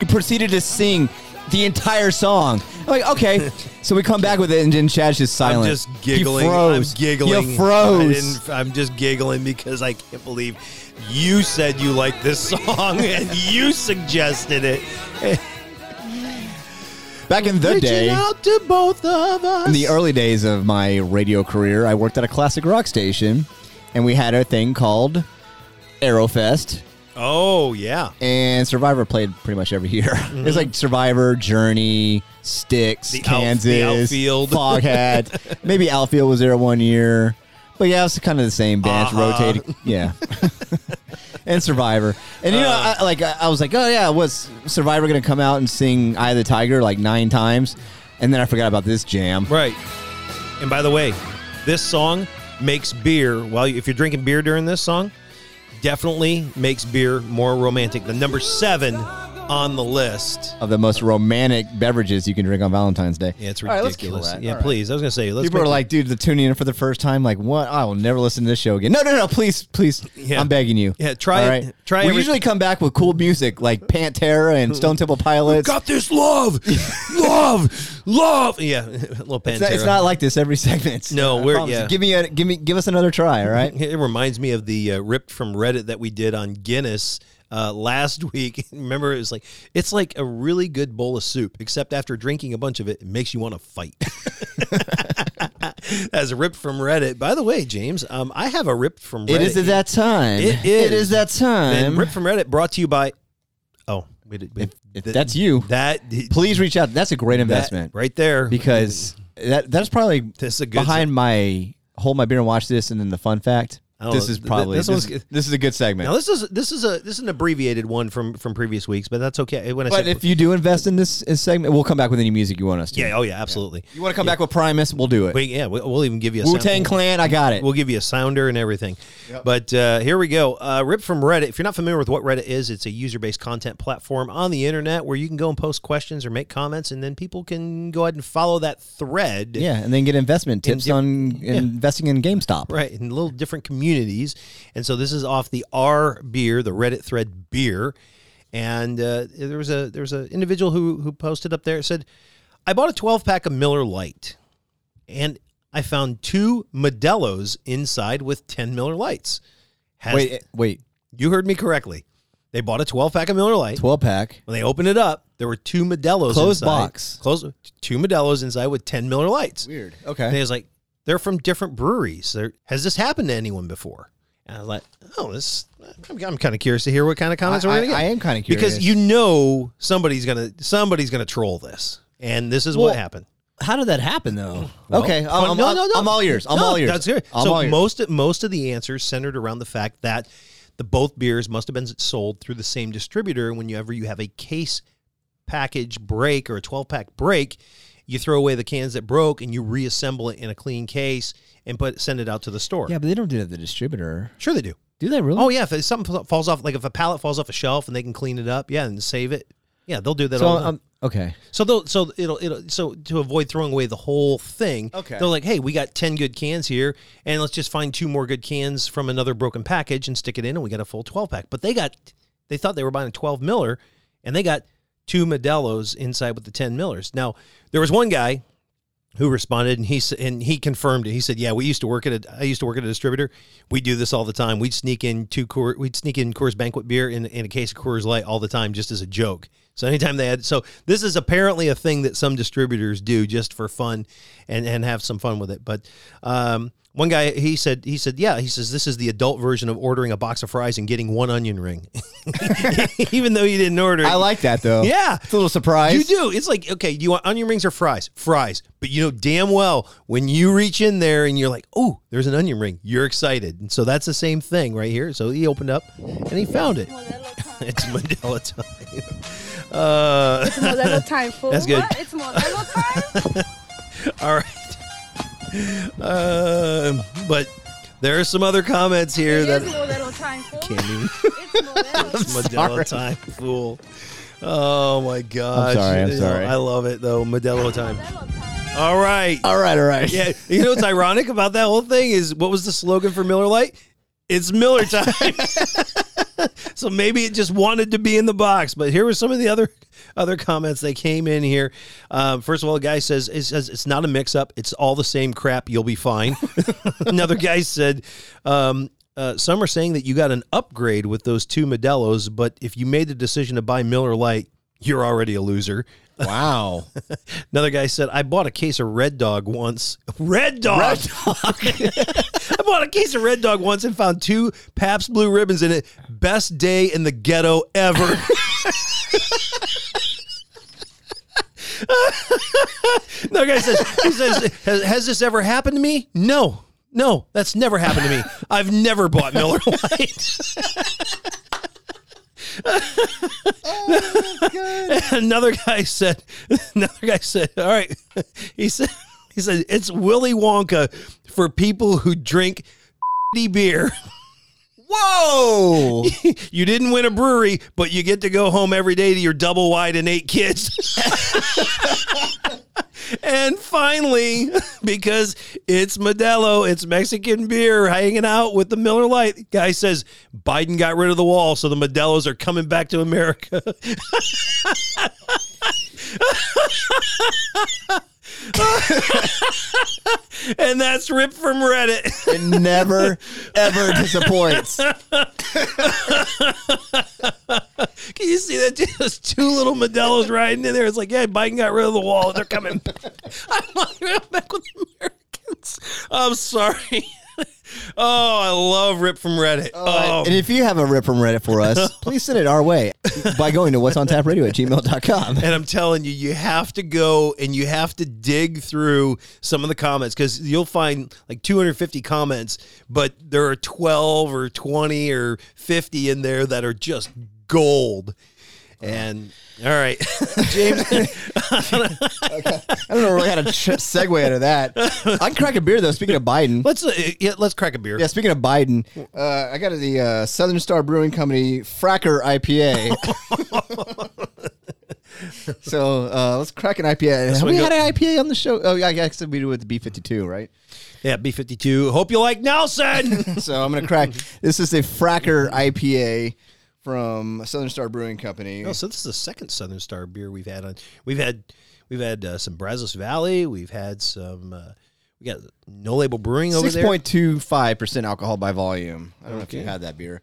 Speaker 3: He proceeded to sing the entire song. I'm like, okay. so we come back with it, and then Chad's just silent.
Speaker 2: I'm just giggling.
Speaker 3: He froze.
Speaker 2: I'm giggling.
Speaker 3: You
Speaker 2: I
Speaker 3: froze.
Speaker 2: didn't- I'm just giggling because I can't believe you said you like this song and you suggested it.
Speaker 3: Back in the day,
Speaker 8: out to both of us.
Speaker 3: in the early days of my radio career, I worked at a classic rock station, and we had a thing called Aerofest.
Speaker 2: Oh yeah.
Speaker 3: And Survivor played pretty much every year. It was like Survivor, Journey, Sticks,
Speaker 2: Mhm. The out- the
Speaker 3: Kansas,
Speaker 2: outfield.
Speaker 3: Foghat. Maybe Outfield was there one year. But yeah, it was kind of the same dance,
Speaker 2: Uh-huh.
Speaker 3: rotated. Yeah. and Survivor. And you know,
Speaker 2: Uh.
Speaker 3: I, like I I was like, oh yeah, was Survivor going to come out and sing "Eye of the Tiger" like nine times? And then I forgot about this jam.
Speaker 2: Right. And by the way, this song makes beer. Well, if you're drinking beer during this song, definitely makes beer more romantic. The number seven on the list.
Speaker 3: Of the most romantic beverages you can drink on Valentine's Day.
Speaker 2: Yeah, it's
Speaker 3: All right,
Speaker 2: ridiculous.
Speaker 3: let's kill that.
Speaker 2: Yeah,
Speaker 3: All right.
Speaker 2: please. I was gonna say, let's.
Speaker 3: People are
Speaker 2: make-
Speaker 3: like, dude, the tuning in for the first time, like, what? I will never listen to this show again. No, no, no, please, please.
Speaker 2: Yeah.
Speaker 3: I'm begging you.
Speaker 2: Yeah, try
Speaker 3: All
Speaker 2: it. Try
Speaker 3: we
Speaker 2: every-
Speaker 3: usually come back with cool music like Pantera and Stone Temple Pilots.
Speaker 2: got this love, love, love. Yeah, little Pantera.
Speaker 3: It's not, it's not like this every segment.
Speaker 2: No,
Speaker 3: I
Speaker 2: we're-
Speaker 3: promise.
Speaker 2: yeah.
Speaker 3: Give me a give me give us another try. All right.
Speaker 2: It reminds me of the uh, ripped from Reddit that we did on Guinness uh, last week. Remember, it was like it's like a really good bowl of soup, except after drinking a bunch of it, it makes you want to fight. As ripped from Reddit. By the way, James, um, I have a ripped from Reddit.
Speaker 3: It is at that time.
Speaker 2: It is.
Speaker 3: It is that time.
Speaker 2: And ripped from Reddit brought to you by. Oh, wait,
Speaker 3: If, if that's you,
Speaker 2: that
Speaker 3: please reach out. That's a great investment
Speaker 2: right there
Speaker 3: because that that's probably
Speaker 2: That's a good-
Speaker 3: behind my hold my beer and watch this, and then the fun fact.
Speaker 2: Oh,
Speaker 3: This is
Speaker 2: th-
Speaker 3: probably
Speaker 2: this
Speaker 3: this,
Speaker 2: one's-
Speaker 3: is- this is a good segment.
Speaker 2: Now this is this is a this is an abbreviated one from from previous weeks, but that's okay. When I
Speaker 3: But
Speaker 2: said,
Speaker 3: if you do invest in this in segment, we'll come back with any music you want us to.
Speaker 2: yeah, oh yeah, absolutely.
Speaker 3: You want to come back with Primus? We'll do it.
Speaker 2: We, yeah, we- we'll even give you a
Speaker 3: Wu Tang Clan. I got it.
Speaker 2: We'll give you a sounder and everything.
Speaker 3: Yep.
Speaker 2: But uh, here we go. Uh, Rip from Reddit. If you're not familiar with what Reddit is, it's a user-based content platform on the internet where you can go and post questions or make comments, and then people can go ahead and follow that thread.
Speaker 3: Yeah, and then get investment tips on investing in GameStop.
Speaker 2: Right, in little different communities. And so this is off the R beer, the Reddit thread beer. And uh, there was a there was an individual who who posted up there it said, "I bought a 12 pack of Miller Lite, and I found two Modelo's inside with 10 Miller Lights." Has-
Speaker 3: Wait, wait.
Speaker 2: you heard me correctly. They bought a 12 pack of Miller Lite.
Speaker 3: 12 pack.
Speaker 2: When they opened it up, there were two Modelo's
Speaker 3: Closed
Speaker 2: inside.
Speaker 3: box.
Speaker 2: Closed two Modelo's inside with 10 Miller Lights. Weird.
Speaker 3: Okay.
Speaker 2: And he was like, they're from different breweries. There, has this happened to anyone before? And I was like, oh, this. I'm, I'm kind of curious to hear what kind of comments
Speaker 3: I-
Speaker 2: we're going to
Speaker 3: I-
Speaker 2: get.
Speaker 3: I am kinda
Speaker 2: because
Speaker 3: curious.
Speaker 2: you know somebody's going to somebody's going to troll this, and this is
Speaker 3: Well,
Speaker 2: what happened.
Speaker 3: How did that happen though?
Speaker 2: Well,
Speaker 3: okay, I'm,
Speaker 2: fun-
Speaker 3: I'm- I'm all ears. I'm
Speaker 2: No,
Speaker 3: all ears.
Speaker 2: That's good.
Speaker 3: I'm
Speaker 2: so
Speaker 3: all ears.
Speaker 2: most of, most of the answers centered around the fact that the both beers must have been sold through the same distributor. Whenever you have a case package break or a 12 pack break, you throw away the cans that broke and you reassemble it in a clean case and put send it out to the store.
Speaker 3: yeah, but they don't do that at the distributor.
Speaker 2: Sure, they do.
Speaker 3: Do they really?
Speaker 2: Oh yeah, if something fa- falls off, like if a pallet falls off a shelf and they can clean it up, yeah, and save it. Yeah, they'll do that.
Speaker 3: So
Speaker 2: all the time.
Speaker 3: um, okay.
Speaker 2: So they'll so it'll it'll so to avoid throwing away the whole thing.
Speaker 3: Okay.
Speaker 2: They're like, hey, we got ten good cans here, and let's just find two more good cans from another broken package and stick it in, and we got a full twelve pack. But they got they thought they were buying a twelve miller, and they got two Modelo's inside with the ten millers. Now there was one guy who responded and he s- and he confirmed it. He said, "Yeah, we used to work at a I used to work at a distributor. We do this all the time. We'd sneak in two Coor, we'd sneak in Coors Banquet beer in, in a case of Coors Light all the time just as a joke. So anytime they had so this is apparently a thing that some distributors do just for fun and and have some fun with it. But um one guy he said he said yeah he says this is the adult version of ordering a box of fries and getting one onion ring even though you didn't order it.
Speaker 3: I like that though.
Speaker 2: Yeah.
Speaker 3: it's a little surprise.
Speaker 2: You do. It's like, okay, you want onion rings or fries? Fries. But you know damn well when you reach in there and you're like, oh, there's an onion ring, you're excited. And so that's the same thing right here. So he opened up and he found it. it's Modelo time. Uh,
Speaker 4: It's Modelo time, fool.
Speaker 2: That's good.
Speaker 4: What? It's Modelo time?
Speaker 2: All right. Um, but there are some other comments here that
Speaker 4: It's Modelo time, fool.
Speaker 2: can't even. It's Modelo time, fool. Oh my gosh!
Speaker 3: sorry, I'm
Speaker 2: You know,
Speaker 3: sorry.
Speaker 2: I love it though. Modelo time. All right.
Speaker 3: All right, all right.
Speaker 2: Yeah. You know what's ironic about that whole thing is what was the slogan for Miller Lite? It's Miller time. so maybe it just wanted to be in the box. But here were some of the other other comments that came in here. Um, first of all, a guy says it says it's not a mix up. It's all the same crap. You'll be fine. Another guy said. Um, uh, some are saying that you got an upgrade with those two Modelo's, but if you made the decision to buy Miller Lite, you're already a loser.
Speaker 3: Wow.
Speaker 2: Another guy said, I bought a case of Red Dog once. Red Dog.
Speaker 3: Red
Speaker 2: I bought a case of Red Dog once and found two Pabst Blue Ribbons in it. Best day in the ghetto ever. no guy says he says has, has this ever happened to me? No, no, that's never happened to me. I've never bought Miller Lite. another guy said, another guy said, all right, he said, he said it's Willy Wonka for people who drink beer.
Speaker 3: Whoa!
Speaker 2: you didn't win a brewery, but you get to go home every day to your double wide and eight kids. and finally, because it's Modelo, it's Mexican beer hanging out with the Miller Lite. Guy says Biden got rid of the wall, so the Modelos are coming back to America. and that's ripped from Reddit.
Speaker 3: It never, ever disappoints.
Speaker 2: Can you see that? Just two little Modelos riding in there. It's like, yeah, Biden got rid of the wall. They're coming back. I'm not coming back with the Americans. I'm sorry. Oh, I love Rip from Reddit. Oh,
Speaker 3: And if you have a rip from Reddit for us, please send it our way by going to what's on tap radio at gmail.com.
Speaker 2: And I'm telling you, you have to go and you have to dig through some of the comments because you'll find like 250 comments, but there are 12 or 20 or 50 in there that are just gold. And all right, James.
Speaker 3: I don't know really how to ch- segue out of that. I can crack a beer though. Speaking of Biden,
Speaker 2: let's uh, yeah, let's crack a beer.
Speaker 3: Yeah, speaking of Biden, uh, I got the uh, Southern Star Brewing Company Fracker IPA. so uh, let's crack an IPA.
Speaker 2: This
Speaker 3: Have
Speaker 2: one
Speaker 3: we
Speaker 2: go-
Speaker 3: had an IPA on the show? Oh yeah, I guess we do with the B fifty two, right?
Speaker 2: Yeah, B fifty two. Hope you like Nelson.
Speaker 3: so I'm gonna crack. This is a Fracker IPA from Southern Star Brewing Company.
Speaker 2: No, so this is the second Southern Star beer we've had on. We've had we've had uh, some Brazos Valley. We've had some. Uh, we got no label brewing over
Speaker 3: Six
Speaker 2: there.
Speaker 3: point two five percent alcohol by volume. I don't know if you
Speaker 2: Okay.
Speaker 3: had that beer.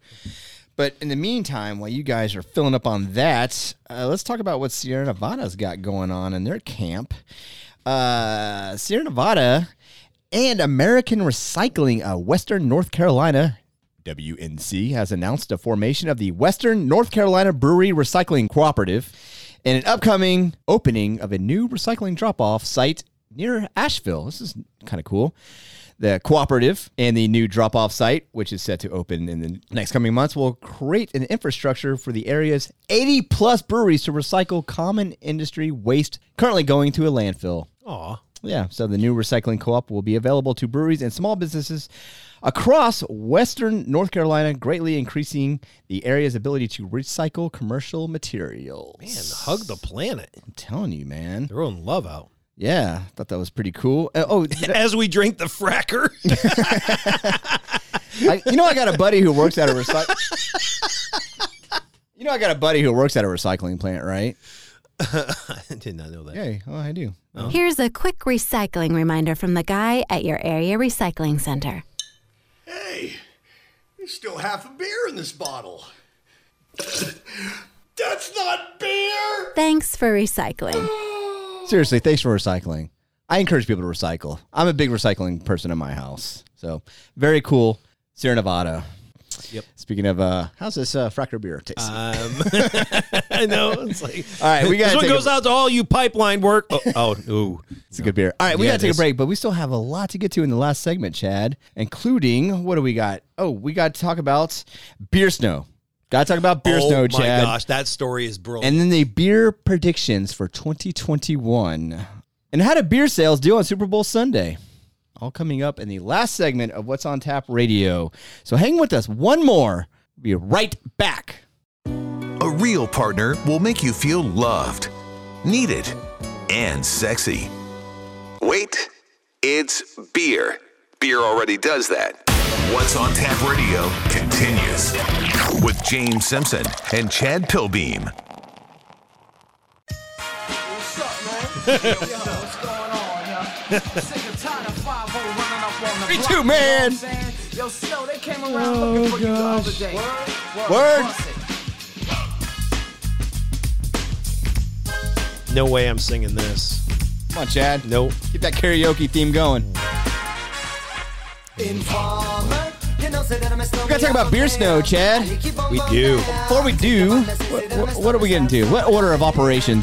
Speaker 3: But in the meantime, while you guys are filling up on that, uh, let's talk about what Sierra Nevada's got going on in their camp. Uh, Sierra Nevada and American Recycling of Western North Carolina, WNC, has announced the formation of the Western North Carolina Brewery Recycling Cooperative and an upcoming opening of a new recycling drop off site near Asheville. This is kind of cool the cooperative and the new drop off site, which is set to open in the next coming months, will create an infrastructure for the area's 80 plus breweries to recycle common industry waste currently going to a landfill.
Speaker 2: Aw.
Speaker 3: Yeah, so the new recycling co op will be available to breweries and small businesses across Western North Carolina, greatly increasing the area's ability to recycle commercial materials.
Speaker 2: Man, hug the planet.
Speaker 3: I'm telling you, man.
Speaker 2: They're on love out.
Speaker 3: Yeah, I thought that was pretty cool. Uh, oh,
Speaker 2: As we drink the fracker.
Speaker 3: I, you know, I got a buddy who works at a recycle. you know, I got a buddy who works at a recycling plant, right?
Speaker 2: I did not know that.
Speaker 3: Yeah, oh, I do.
Speaker 5: Here's a quick recycling reminder from the guy at your area recycling center.
Speaker 6: Hey, there's still half a beer in this bottle. That's not beer!
Speaker 5: Thanks for recycling.
Speaker 3: Seriously, thanks for recycling. I encourage people to recycle. I'm a big recycling person in my house, so very cool. Sierra Nevada.
Speaker 2: Yep.
Speaker 3: Speaking of, uh, how's this uh, Fracker beer taste?
Speaker 2: Um, I know. It's like
Speaker 3: All right, we
Speaker 2: This
Speaker 3: gotta
Speaker 2: one
Speaker 3: take a-
Speaker 2: goes out to all you pipeline work. Oh, oh ooh.
Speaker 3: It's a good beer. All right, we
Speaker 2: Yeah,
Speaker 3: got
Speaker 2: it
Speaker 3: to take a
Speaker 2: is.
Speaker 3: break, but we still have a lot to get to in the last segment, Chad, including what do we got? Oh, we got to talk about beer snow. Got to talk about beer
Speaker 2: oh
Speaker 3: snow,
Speaker 2: my
Speaker 3: Chad.
Speaker 2: gosh, that story is brilliant.
Speaker 3: And then the beer predictions for 2021. And how did beer sales do on Super Bowl Sunday? All coming up in the last segment of What's on Tap Radio. So hang with us one more. We'll be right back.
Speaker 7: A real partner will make you feel loved, needed, and sexy. Wait, it's beer. Beer already does that. What's on Tap Radio continues with James Simpson and Chad Pilbeam.
Speaker 16: What's up, man? Yo, yo, what's going on, yo? Sick and tired of 5 running up on the
Speaker 3: Me
Speaker 16: block,
Speaker 3: too,
Speaker 16: you know
Speaker 3: man.
Speaker 16: what I'm saying? Yo, Snow, they came around
Speaker 3: Oh,
Speaker 16: looking for you the
Speaker 3: gosh.
Speaker 16: other day.
Speaker 3: Word.
Speaker 16: bust it.
Speaker 2: no way I'm singing this.
Speaker 3: Come on, Chad.
Speaker 2: Nope.
Speaker 3: Keep that karaoke theme going.
Speaker 16: Informer, you know, say that I'm a
Speaker 3: We gotta talk about beer snow, Chad.
Speaker 2: We do.
Speaker 3: Before we do, what, what, what are we gonna do? What order of operations?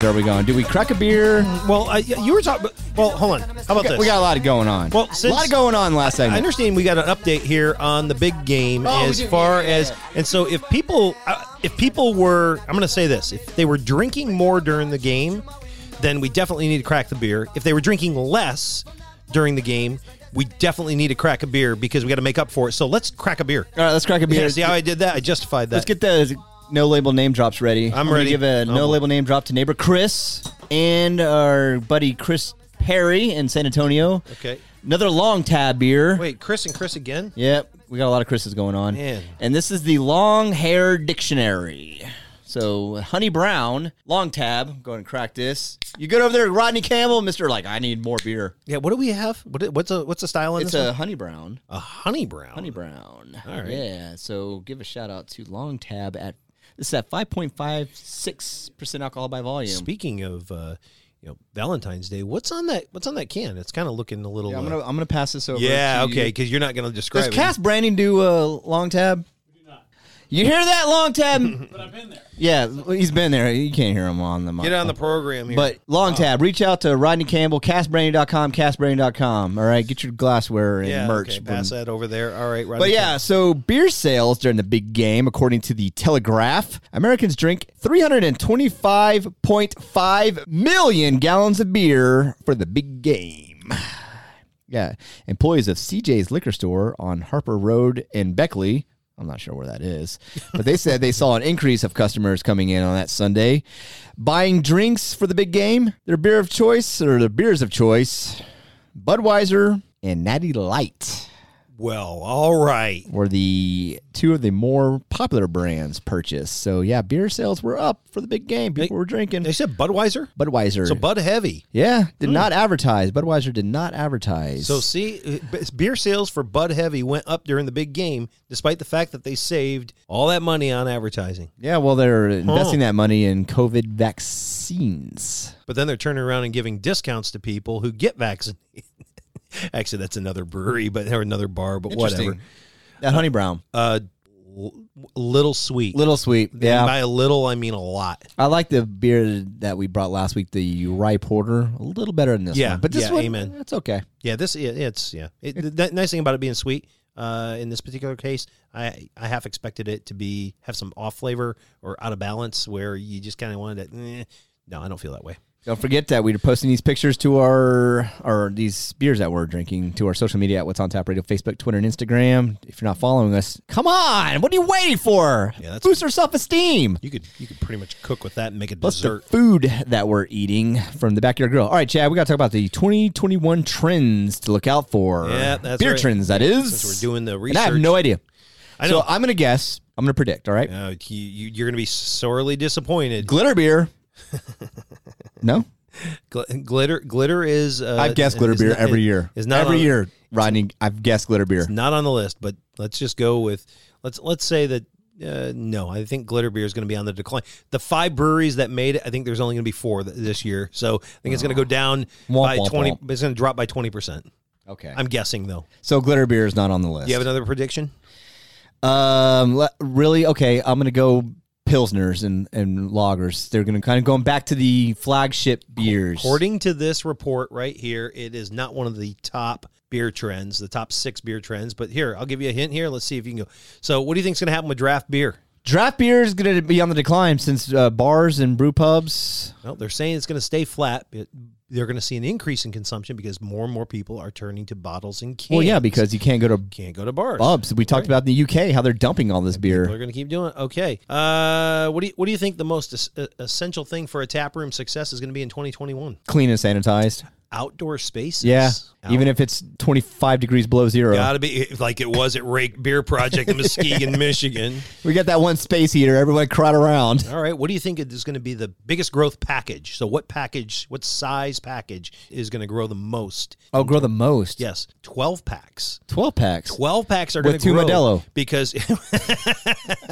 Speaker 3: Where are we going? Do we crack a beer?
Speaker 2: Well, I, you were talking. Well, hold on. How about
Speaker 3: we got,
Speaker 2: this?
Speaker 3: We got a lot of going on.
Speaker 2: Well,
Speaker 3: a lot of going on last
Speaker 2: I
Speaker 3: segment.
Speaker 2: understand we got an update here on the big game
Speaker 3: Oh, we
Speaker 2: as
Speaker 3: do.
Speaker 2: far
Speaker 3: Yeah, yeah,
Speaker 2: as, and so if people, uh, if people were, I'm going to say this, if they were drinking more during the game, then we definitely need to crack the beer. If they were drinking less during the game, we definitely need to crack a beer because we got to make up for it. So let's crack a beer.
Speaker 3: All right, let's crack a beer.
Speaker 2: Yeah, see how I did that? I justified that.
Speaker 3: Let's get the no label name drops ready. I'm, gonna
Speaker 2: ready.
Speaker 3: Give a no
Speaker 2: Oh.
Speaker 3: label name drop to neighbor Chris and our buddy Chris Perry in San Antonio.
Speaker 2: Okay.
Speaker 3: Another long tab beer.
Speaker 2: Wait, Chris and Chris again?
Speaker 3: Yep, we got a lot of Chris's going on.
Speaker 2: Man.
Speaker 3: And this is the Long Hair Dictionary. So Honey Brown, long tab. Go ahead and crack this. You go over there, to Rodney Campbell, Mister. Like I need more beer.
Speaker 2: Yeah. What do we have? What, what's a what's a style in
Speaker 3: It's
Speaker 2: this?
Speaker 3: a
Speaker 2: one?
Speaker 3: Honey Brown.
Speaker 2: a honey brown.
Speaker 3: Honey Brown.
Speaker 2: All right.
Speaker 3: Yeah. So give a shout out to Long Tab at this is at five point five six percent alcohol by volume.
Speaker 2: Speaking of uh, you know Valentine's Day, what's on that? What's on that can? It's kind of looking a little.
Speaker 3: Yeah, I'm
Speaker 2: uh,
Speaker 3: gonna I'm gonna pass this over.
Speaker 2: yeah,
Speaker 3: to
Speaker 2: okay,
Speaker 3: You.
Speaker 2: because you're not going to describe
Speaker 3: Does
Speaker 2: it.
Speaker 3: Cass Branding do a Long Tab? You hear that long tab? but I've been there. Yeah, he's been there. You can't hear him on the mic.
Speaker 2: Get on the program here.
Speaker 3: Oh. But long
Speaker 2: Oh,
Speaker 3: tab, reach out to Rodney Campbell, castbranding.com, castbranding.com. All right, get your glassware and
Speaker 2: yeah,
Speaker 3: merch.
Speaker 2: okay, pass that over there. All right,
Speaker 3: But yeah, so beer sales during the big game, according to the Telegraph, Americans drink 325.5 million gallons of beer for the big game. Yeah, employees of CJ's liquor store on Harper Road in Beckley. I'm not sure where that is, but they said they saw an increase of customers coming in on that Sunday, buying drinks for the big game, their beer of choice or their beers of choice, Budweiser and Natty Light
Speaker 2: Well, all right.
Speaker 3: were the two of the more popular brands purchased. So yeah, beer sales were up for the big game. People were drinking.
Speaker 2: They said Budweiser.
Speaker 3: Budweiser.
Speaker 2: So Bud Heavy.
Speaker 3: yeah, did not advertise. Budweiser did not advertise.
Speaker 2: So see, uh, b- beer sales for Bud Heavy went up during the big game, despite the fact that they saved all that money on advertising.
Speaker 3: yeah, well they're investing
Speaker 2: Huh.
Speaker 3: that money in COVID vaccines.
Speaker 2: But then they're turning around and giving discounts to people who get vaccinated. Actually, that's another brewery, but or another bar, but whatever.
Speaker 3: Interesting. That honey brown,
Speaker 2: Uh, l- little sweet.
Speaker 3: little sweet.
Speaker 2: And
Speaker 3: Yeah,
Speaker 2: by a little, I mean a lot.
Speaker 3: I like the beer that we brought last week, the rye porter, a little better than this
Speaker 2: Yeah,
Speaker 3: one. But this
Speaker 2: yeah,
Speaker 3: one,
Speaker 2: amen.
Speaker 3: it's okay.
Speaker 2: Yeah, this it, it's yeah. It, the, the nice thing about it being sweet, uh, in this particular case, I I half expected it to be have some off flavor or out of balance where you just kind of wanted to. eh. No, I don't feel that way.
Speaker 3: Don't forget that we're posting these pictures to our or these beers that we're drinking to our social media at What's on Tap Radio, Facebook, Twitter, and Instagram. If you're not following us, come on! What are you waiting for?
Speaker 2: Yeah, that's-
Speaker 3: Boost our self esteem.
Speaker 2: You could you could pretty much cook with that and make a
Speaker 3: Plus the
Speaker 2: dessert.
Speaker 3: food that we're eating from the backyard grill. All right, Chad, we got to talk about the 2021 trends to look out for.
Speaker 2: Yeah, that's
Speaker 3: beer
Speaker 2: right.
Speaker 3: trends. That is.
Speaker 2: Since we're doing the
Speaker 3: And I have
Speaker 2: research.
Speaker 3: no idea.
Speaker 2: I know.
Speaker 3: So I'm gonna guess. I'm gonna predict. All right,
Speaker 2: Uh, you, you you're gonna be sorely disappointed.
Speaker 3: glitter beer. no,
Speaker 2: Gl- glitter, glitter is. Uh,
Speaker 3: I've guessed glitter
Speaker 2: is
Speaker 3: beer
Speaker 2: not-
Speaker 3: every year.
Speaker 2: Is not
Speaker 3: every
Speaker 2: on-
Speaker 3: year, Rodney. I've guessed glitter beer.
Speaker 2: It's not on the list, but let's just go with let's let's say that uh, no, I think glitter beer is going to be on the decline. The five breweries that made it, I think there's only going to be four th- this year, so I think it's going to go down
Speaker 3: Womp,
Speaker 2: by
Speaker 3: womp,
Speaker 2: twenty. It's going to drop by twenty percent.
Speaker 3: Okay,
Speaker 2: I'm guessing though.
Speaker 3: So glitter beer is not on the list.
Speaker 2: Do you have another prediction?
Speaker 3: Um, le- really? Okay, I'm gonna go pilsners and and lagers. They're gonna kind of going back to the flagship beers.
Speaker 2: According to this report right here, it is not one of the top beer trends, the top six beer trends. But here, I'll give you a hint here. Let's see if you can go. So, what do you think's going to happen with draft beer?
Speaker 3: Draft beer is gonna be on the decline since uh, bars and brew pubs.
Speaker 2: Well, they're saying it's going to stay flat, but they're going to see an increase in consumption because more and more people are turning to bottles and cans.
Speaker 3: Well, yeah, because you can't go to
Speaker 2: Can't go to bars.
Speaker 3: Pubs. We talked about in the UK how they're dumping all this beer.
Speaker 2: We're going to keep doing it. Okay. Uh, what do you what do you think the most es- uh, essential thing for a tap room success is going to be in 2021?
Speaker 3: Clean and sanitized.
Speaker 2: Outdoor spaces.
Speaker 3: Yeah, even if uh, it's 25 degrees below zero.
Speaker 2: Gotta be like it was at Rake Beer Project in Muskegon, Michigan.
Speaker 3: We got that one space heater. Everyone crowd around.
Speaker 2: All right. What do you think is going to be the biggest growth package? So, what package, what size package is going to grow the most?
Speaker 3: Oh, grow the most.
Speaker 2: Yes, 12 packs.
Speaker 3: 12 packs.
Speaker 2: 12 packs are going
Speaker 3: With
Speaker 2: to
Speaker 3: two
Speaker 2: grow
Speaker 3: Modelo.
Speaker 2: because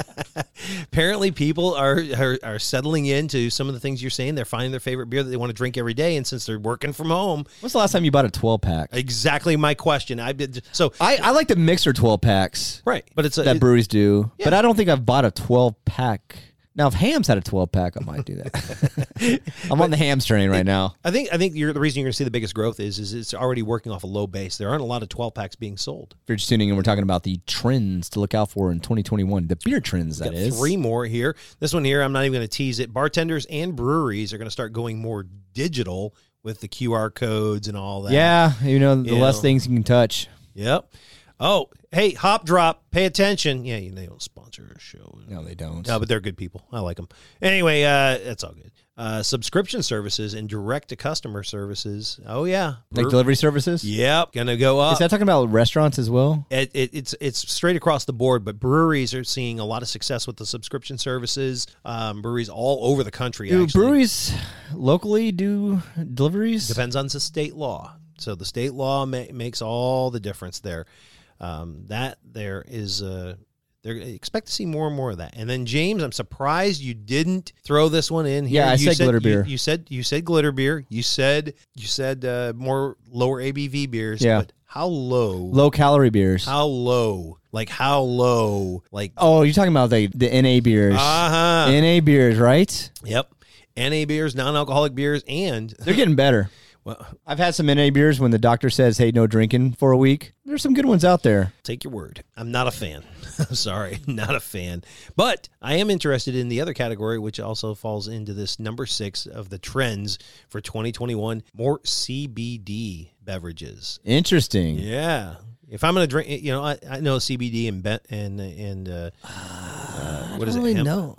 Speaker 2: apparently people are, are are settling into some of the things you're saying. They're finding their favorite beer that they want to drink every day, and since they're working from home,
Speaker 3: When's the last time you bought a 12 pack?
Speaker 2: exactly my question. I did so
Speaker 3: I, I like the mixer 12 packs.
Speaker 2: Right, but it's a-
Speaker 3: that
Speaker 2: it-
Speaker 3: breweries do. But I don't think I've bought a 12 pack. Now, if Ham's had a 12 pack, I might do that. I'm on the Ham's train right now.
Speaker 2: I think I think you're, the reason you're going to see the biggest growth is is it's already working off a low base. There aren't a lot of 12 packs being sold.
Speaker 3: If you're just tuning in, we're talking about the trends to look out for in 2021. The beer trends, that
Speaker 2: Got
Speaker 3: is.
Speaker 2: three more here. This one here, I'm not even going to tease it. Bartenders and breweries are going to start going more digital with the QR codes and all that.
Speaker 3: Yeah, you know, the
Speaker 2: You
Speaker 3: less
Speaker 2: know.
Speaker 3: things you can touch.
Speaker 2: Yep. Oh, hey, Hop Drop, pay attention. Yeah, you, they don't sponsor our show.
Speaker 3: No, they don't.
Speaker 2: No, but they're good people. I like them. Anyway, uh, that's all good. Uh, subscription services and direct to customer services. Oh yeah,
Speaker 3: Like delivery services?
Speaker 2: Yep, gonna go up.
Speaker 3: Is that talking about restaurants as well?
Speaker 2: It, it, it's it's straight across the board, but breweries are seeing a lot of success with the subscription services. Um, breweries all over the country.
Speaker 3: Do
Speaker 2: actually.
Speaker 3: breweries locally do deliveries?
Speaker 2: depends on the state law. So the state law ma- makes all the difference there. Um, that there is uh They're expect to see more and more of that. And then James, I'm surprised you didn't throw this one in here.
Speaker 3: Yeah, I
Speaker 2: you
Speaker 3: said glitter
Speaker 2: you-
Speaker 3: beer.
Speaker 2: You, said you said glitter beer. You said you said uh, more lower ABV beers.
Speaker 3: Yeah.
Speaker 2: But how low?
Speaker 3: Low calorie beers.
Speaker 2: How low? Like how low? Like
Speaker 3: Oh, you're talking about the, the NA beers.
Speaker 2: Uh-huh.
Speaker 3: NA beers, right?
Speaker 2: yep. NA beers, non-alcoholic beers, and
Speaker 3: They're getting better.
Speaker 2: well,
Speaker 3: I've had some NA beers when the doctor says, hey, no drinking for a week. There's some good ones out there.
Speaker 2: Take your word. I'm not a fan. I'm sorry, not a fan. But I am interested in the other category, which also falls into this number six of the trends for 2021 more CBD beverages.
Speaker 3: Interesting.
Speaker 2: Yeah. If I'm going to drink, you know, I, I know CBD and, be- and, and, uh, uh, what is
Speaker 3: Ah, really
Speaker 2: it? Hemp?
Speaker 3: know.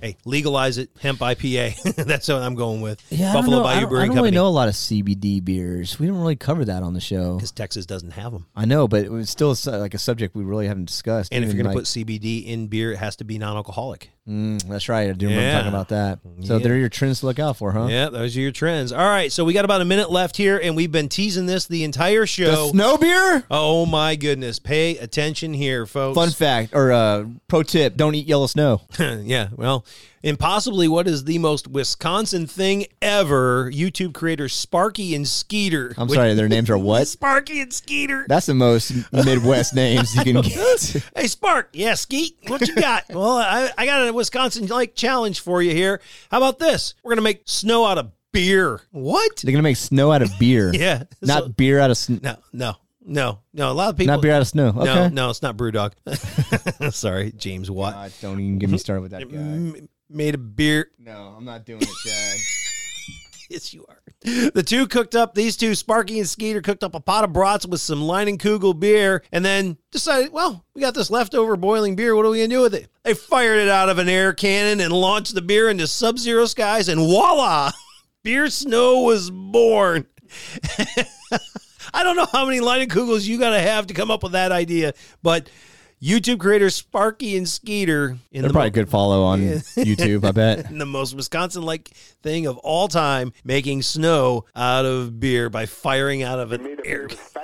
Speaker 2: Hey, legalize it. Hemp IPA. That's what I'm going with.
Speaker 3: Yeah, I don't
Speaker 2: Buffalo
Speaker 3: know. I
Speaker 2: Bayou
Speaker 3: don't,
Speaker 2: Brewing
Speaker 3: I don't
Speaker 2: Company.
Speaker 3: really know a lot of CBD beers. We don't really cover that on the show.
Speaker 2: Because Texas doesn't have them.
Speaker 3: I know, but it's still s- like a subject we really haven't discussed.
Speaker 2: And if
Speaker 3: even
Speaker 2: you're going
Speaker 3: like-
Speaker 2: to put CBD in beer, it has to be non alcoholic.
Speaker 3: Mm, that's right. I do remember
Speaker 2: Yeah.
Speaker 3: talking about that. So
Speaker 2: Yeah.
Speaker 3: they're your trends to look out for, huh?
Speaker 2: Yeah, those are your trends. All right, so we got about a minute left here, and we've been teasing this the entire show.
Speaker 3: The snow beer?
Speaker 2: oh my goodness! Pay attention here, folks.
Speaker 3: Fun fact or uh, pro tip don't eat yellow snow.
Speaker 2: yeah, well, and possibly what is the most Wisconsin thing ever? YouTube creators Sparky and Skeeter.
Speaker 3: I'm sorry, their names are what?
Speaker 2: Sparky and Skeeter.
Speaker 3: That's the most Midwest names you can get.
Speaker 2: Hey, Spark. Yeah, Skeet, what you got? well, I, I got a Wisconsin like challenge for you here. How about this? We're gonna make snow out of beer. What?
Speaker 3: They're gonna make snow out of beer.
Speaker 2: Yeah,
Speaker 3: not
Speaker 2: so-
Speaker 3: beer out of snow.
Speaker 2: No, no, no, no. A lot of people
Speaker 3: Not beer out of snow.
Speaker 2: No,
Speaker 3: Okay.
Speaker 2: no, it's not BrewDog. Sorry, James Watt
Speaker 3: don't even get me started with that guy.
Speaker 2: M- made a beer.
Speaker 3: No, I'm not doing it, Chad.
Speaker 2: Yes, you are. The two cooked up. These two, Sparky and Skeeter, cooked up a pot of brats with some Leinenkugel beer, and then decided, well, we got this leftover boiling beer. What are we gonna do with it? They fired it out of an air cannon and launched the beer into sub-zero skies, and voila, beer snow was born. I don't know how many Leinenkugels you gotta have to come up with that idea, but YouTube creators Sparky and Skeeter
Speaker 3: They're
Speaker 2: in the
Speaker 3: probably a good follow on
Speaker 2: Yeah.
Speaker 3: YouTube, I bet.
Speaker 2: in the most Wisconsin-like thing of all time, making snow out of beer by firing out of an air.
Speaker 3: All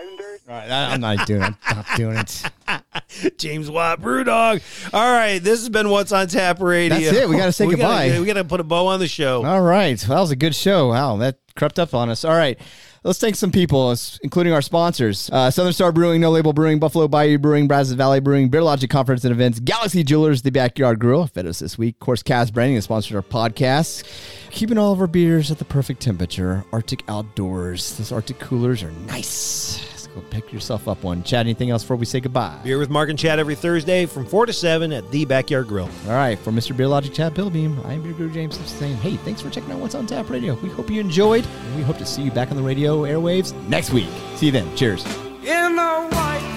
Speaker 3: right, I- I'm not doing it. I'm not doing it.
Speaker 2: James Watt, Brewdog. All right, this has been What's on Tap Radio.
Speaker 3: That's it. We gotta say
Speaker 2: gotta-
Speaker 3: goodbye.
Speaker 2: we got to put a bow on the show.
Speaker 3: All right. Well, that was a good show. Wow, that crept up on us. All right. Let's thank some people, s- including our sponsors uh, Southern Star Brewing, No Label Brewing, Buffalo Bayou Brewing, Brazos Valley Brewing, Beer Logic Conference and Events, Galaxy Jewelers, The Backyard Grill, fed us this week. Of course, Cast Branding has sponsored our podcast. Keeping all of our beers at the perfect temperature, Arctic Outdoors. Those Arctic coolers are nice. Let's go pick yourself up one. Chad, anything else before we say goodbye?
Speaker 2: Beer with Mark and Chad every Thursday from 4 to 7 at The Backyard Grill.
Speaker 3: All right, for Mr. Beer Logic Chad Pillbeam, I'm your guru James Simpson saying, hey, thanks for checking out What's on Tap Radio. We hope you enjoyed, and we hope to see you back on the radio airwaves next week. See you then. Cheers.
Speaker 9: In a white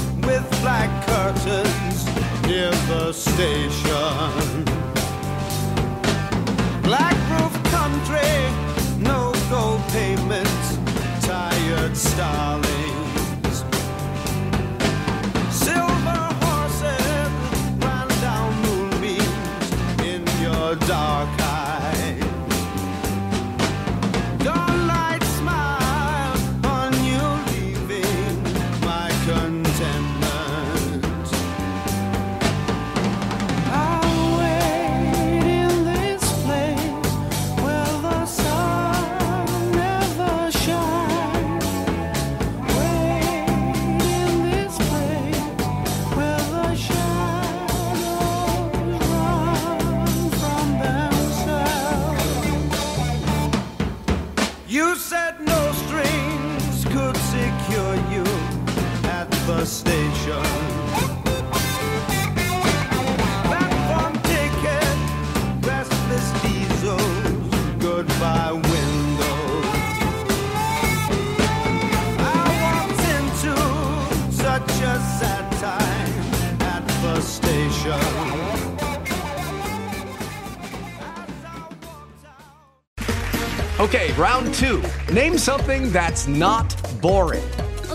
Speaker 9: room with black curtains near the station. Black roof country, no gold payments, tired starlings. Silver horses ran down moonbeams in your dark eyes. Dawnlight smile on you leaving my contentment. I'll wait in this place where the sun never shines. Wait in this place where the shadows run from themselves. You said no strings could secure you at the station. Platform ticket, restless diesels, goodbye windows. I walked into such a sad time at the station.
Speaker 10: Okay, round two. Name something that's not boring.
Speaker 17: A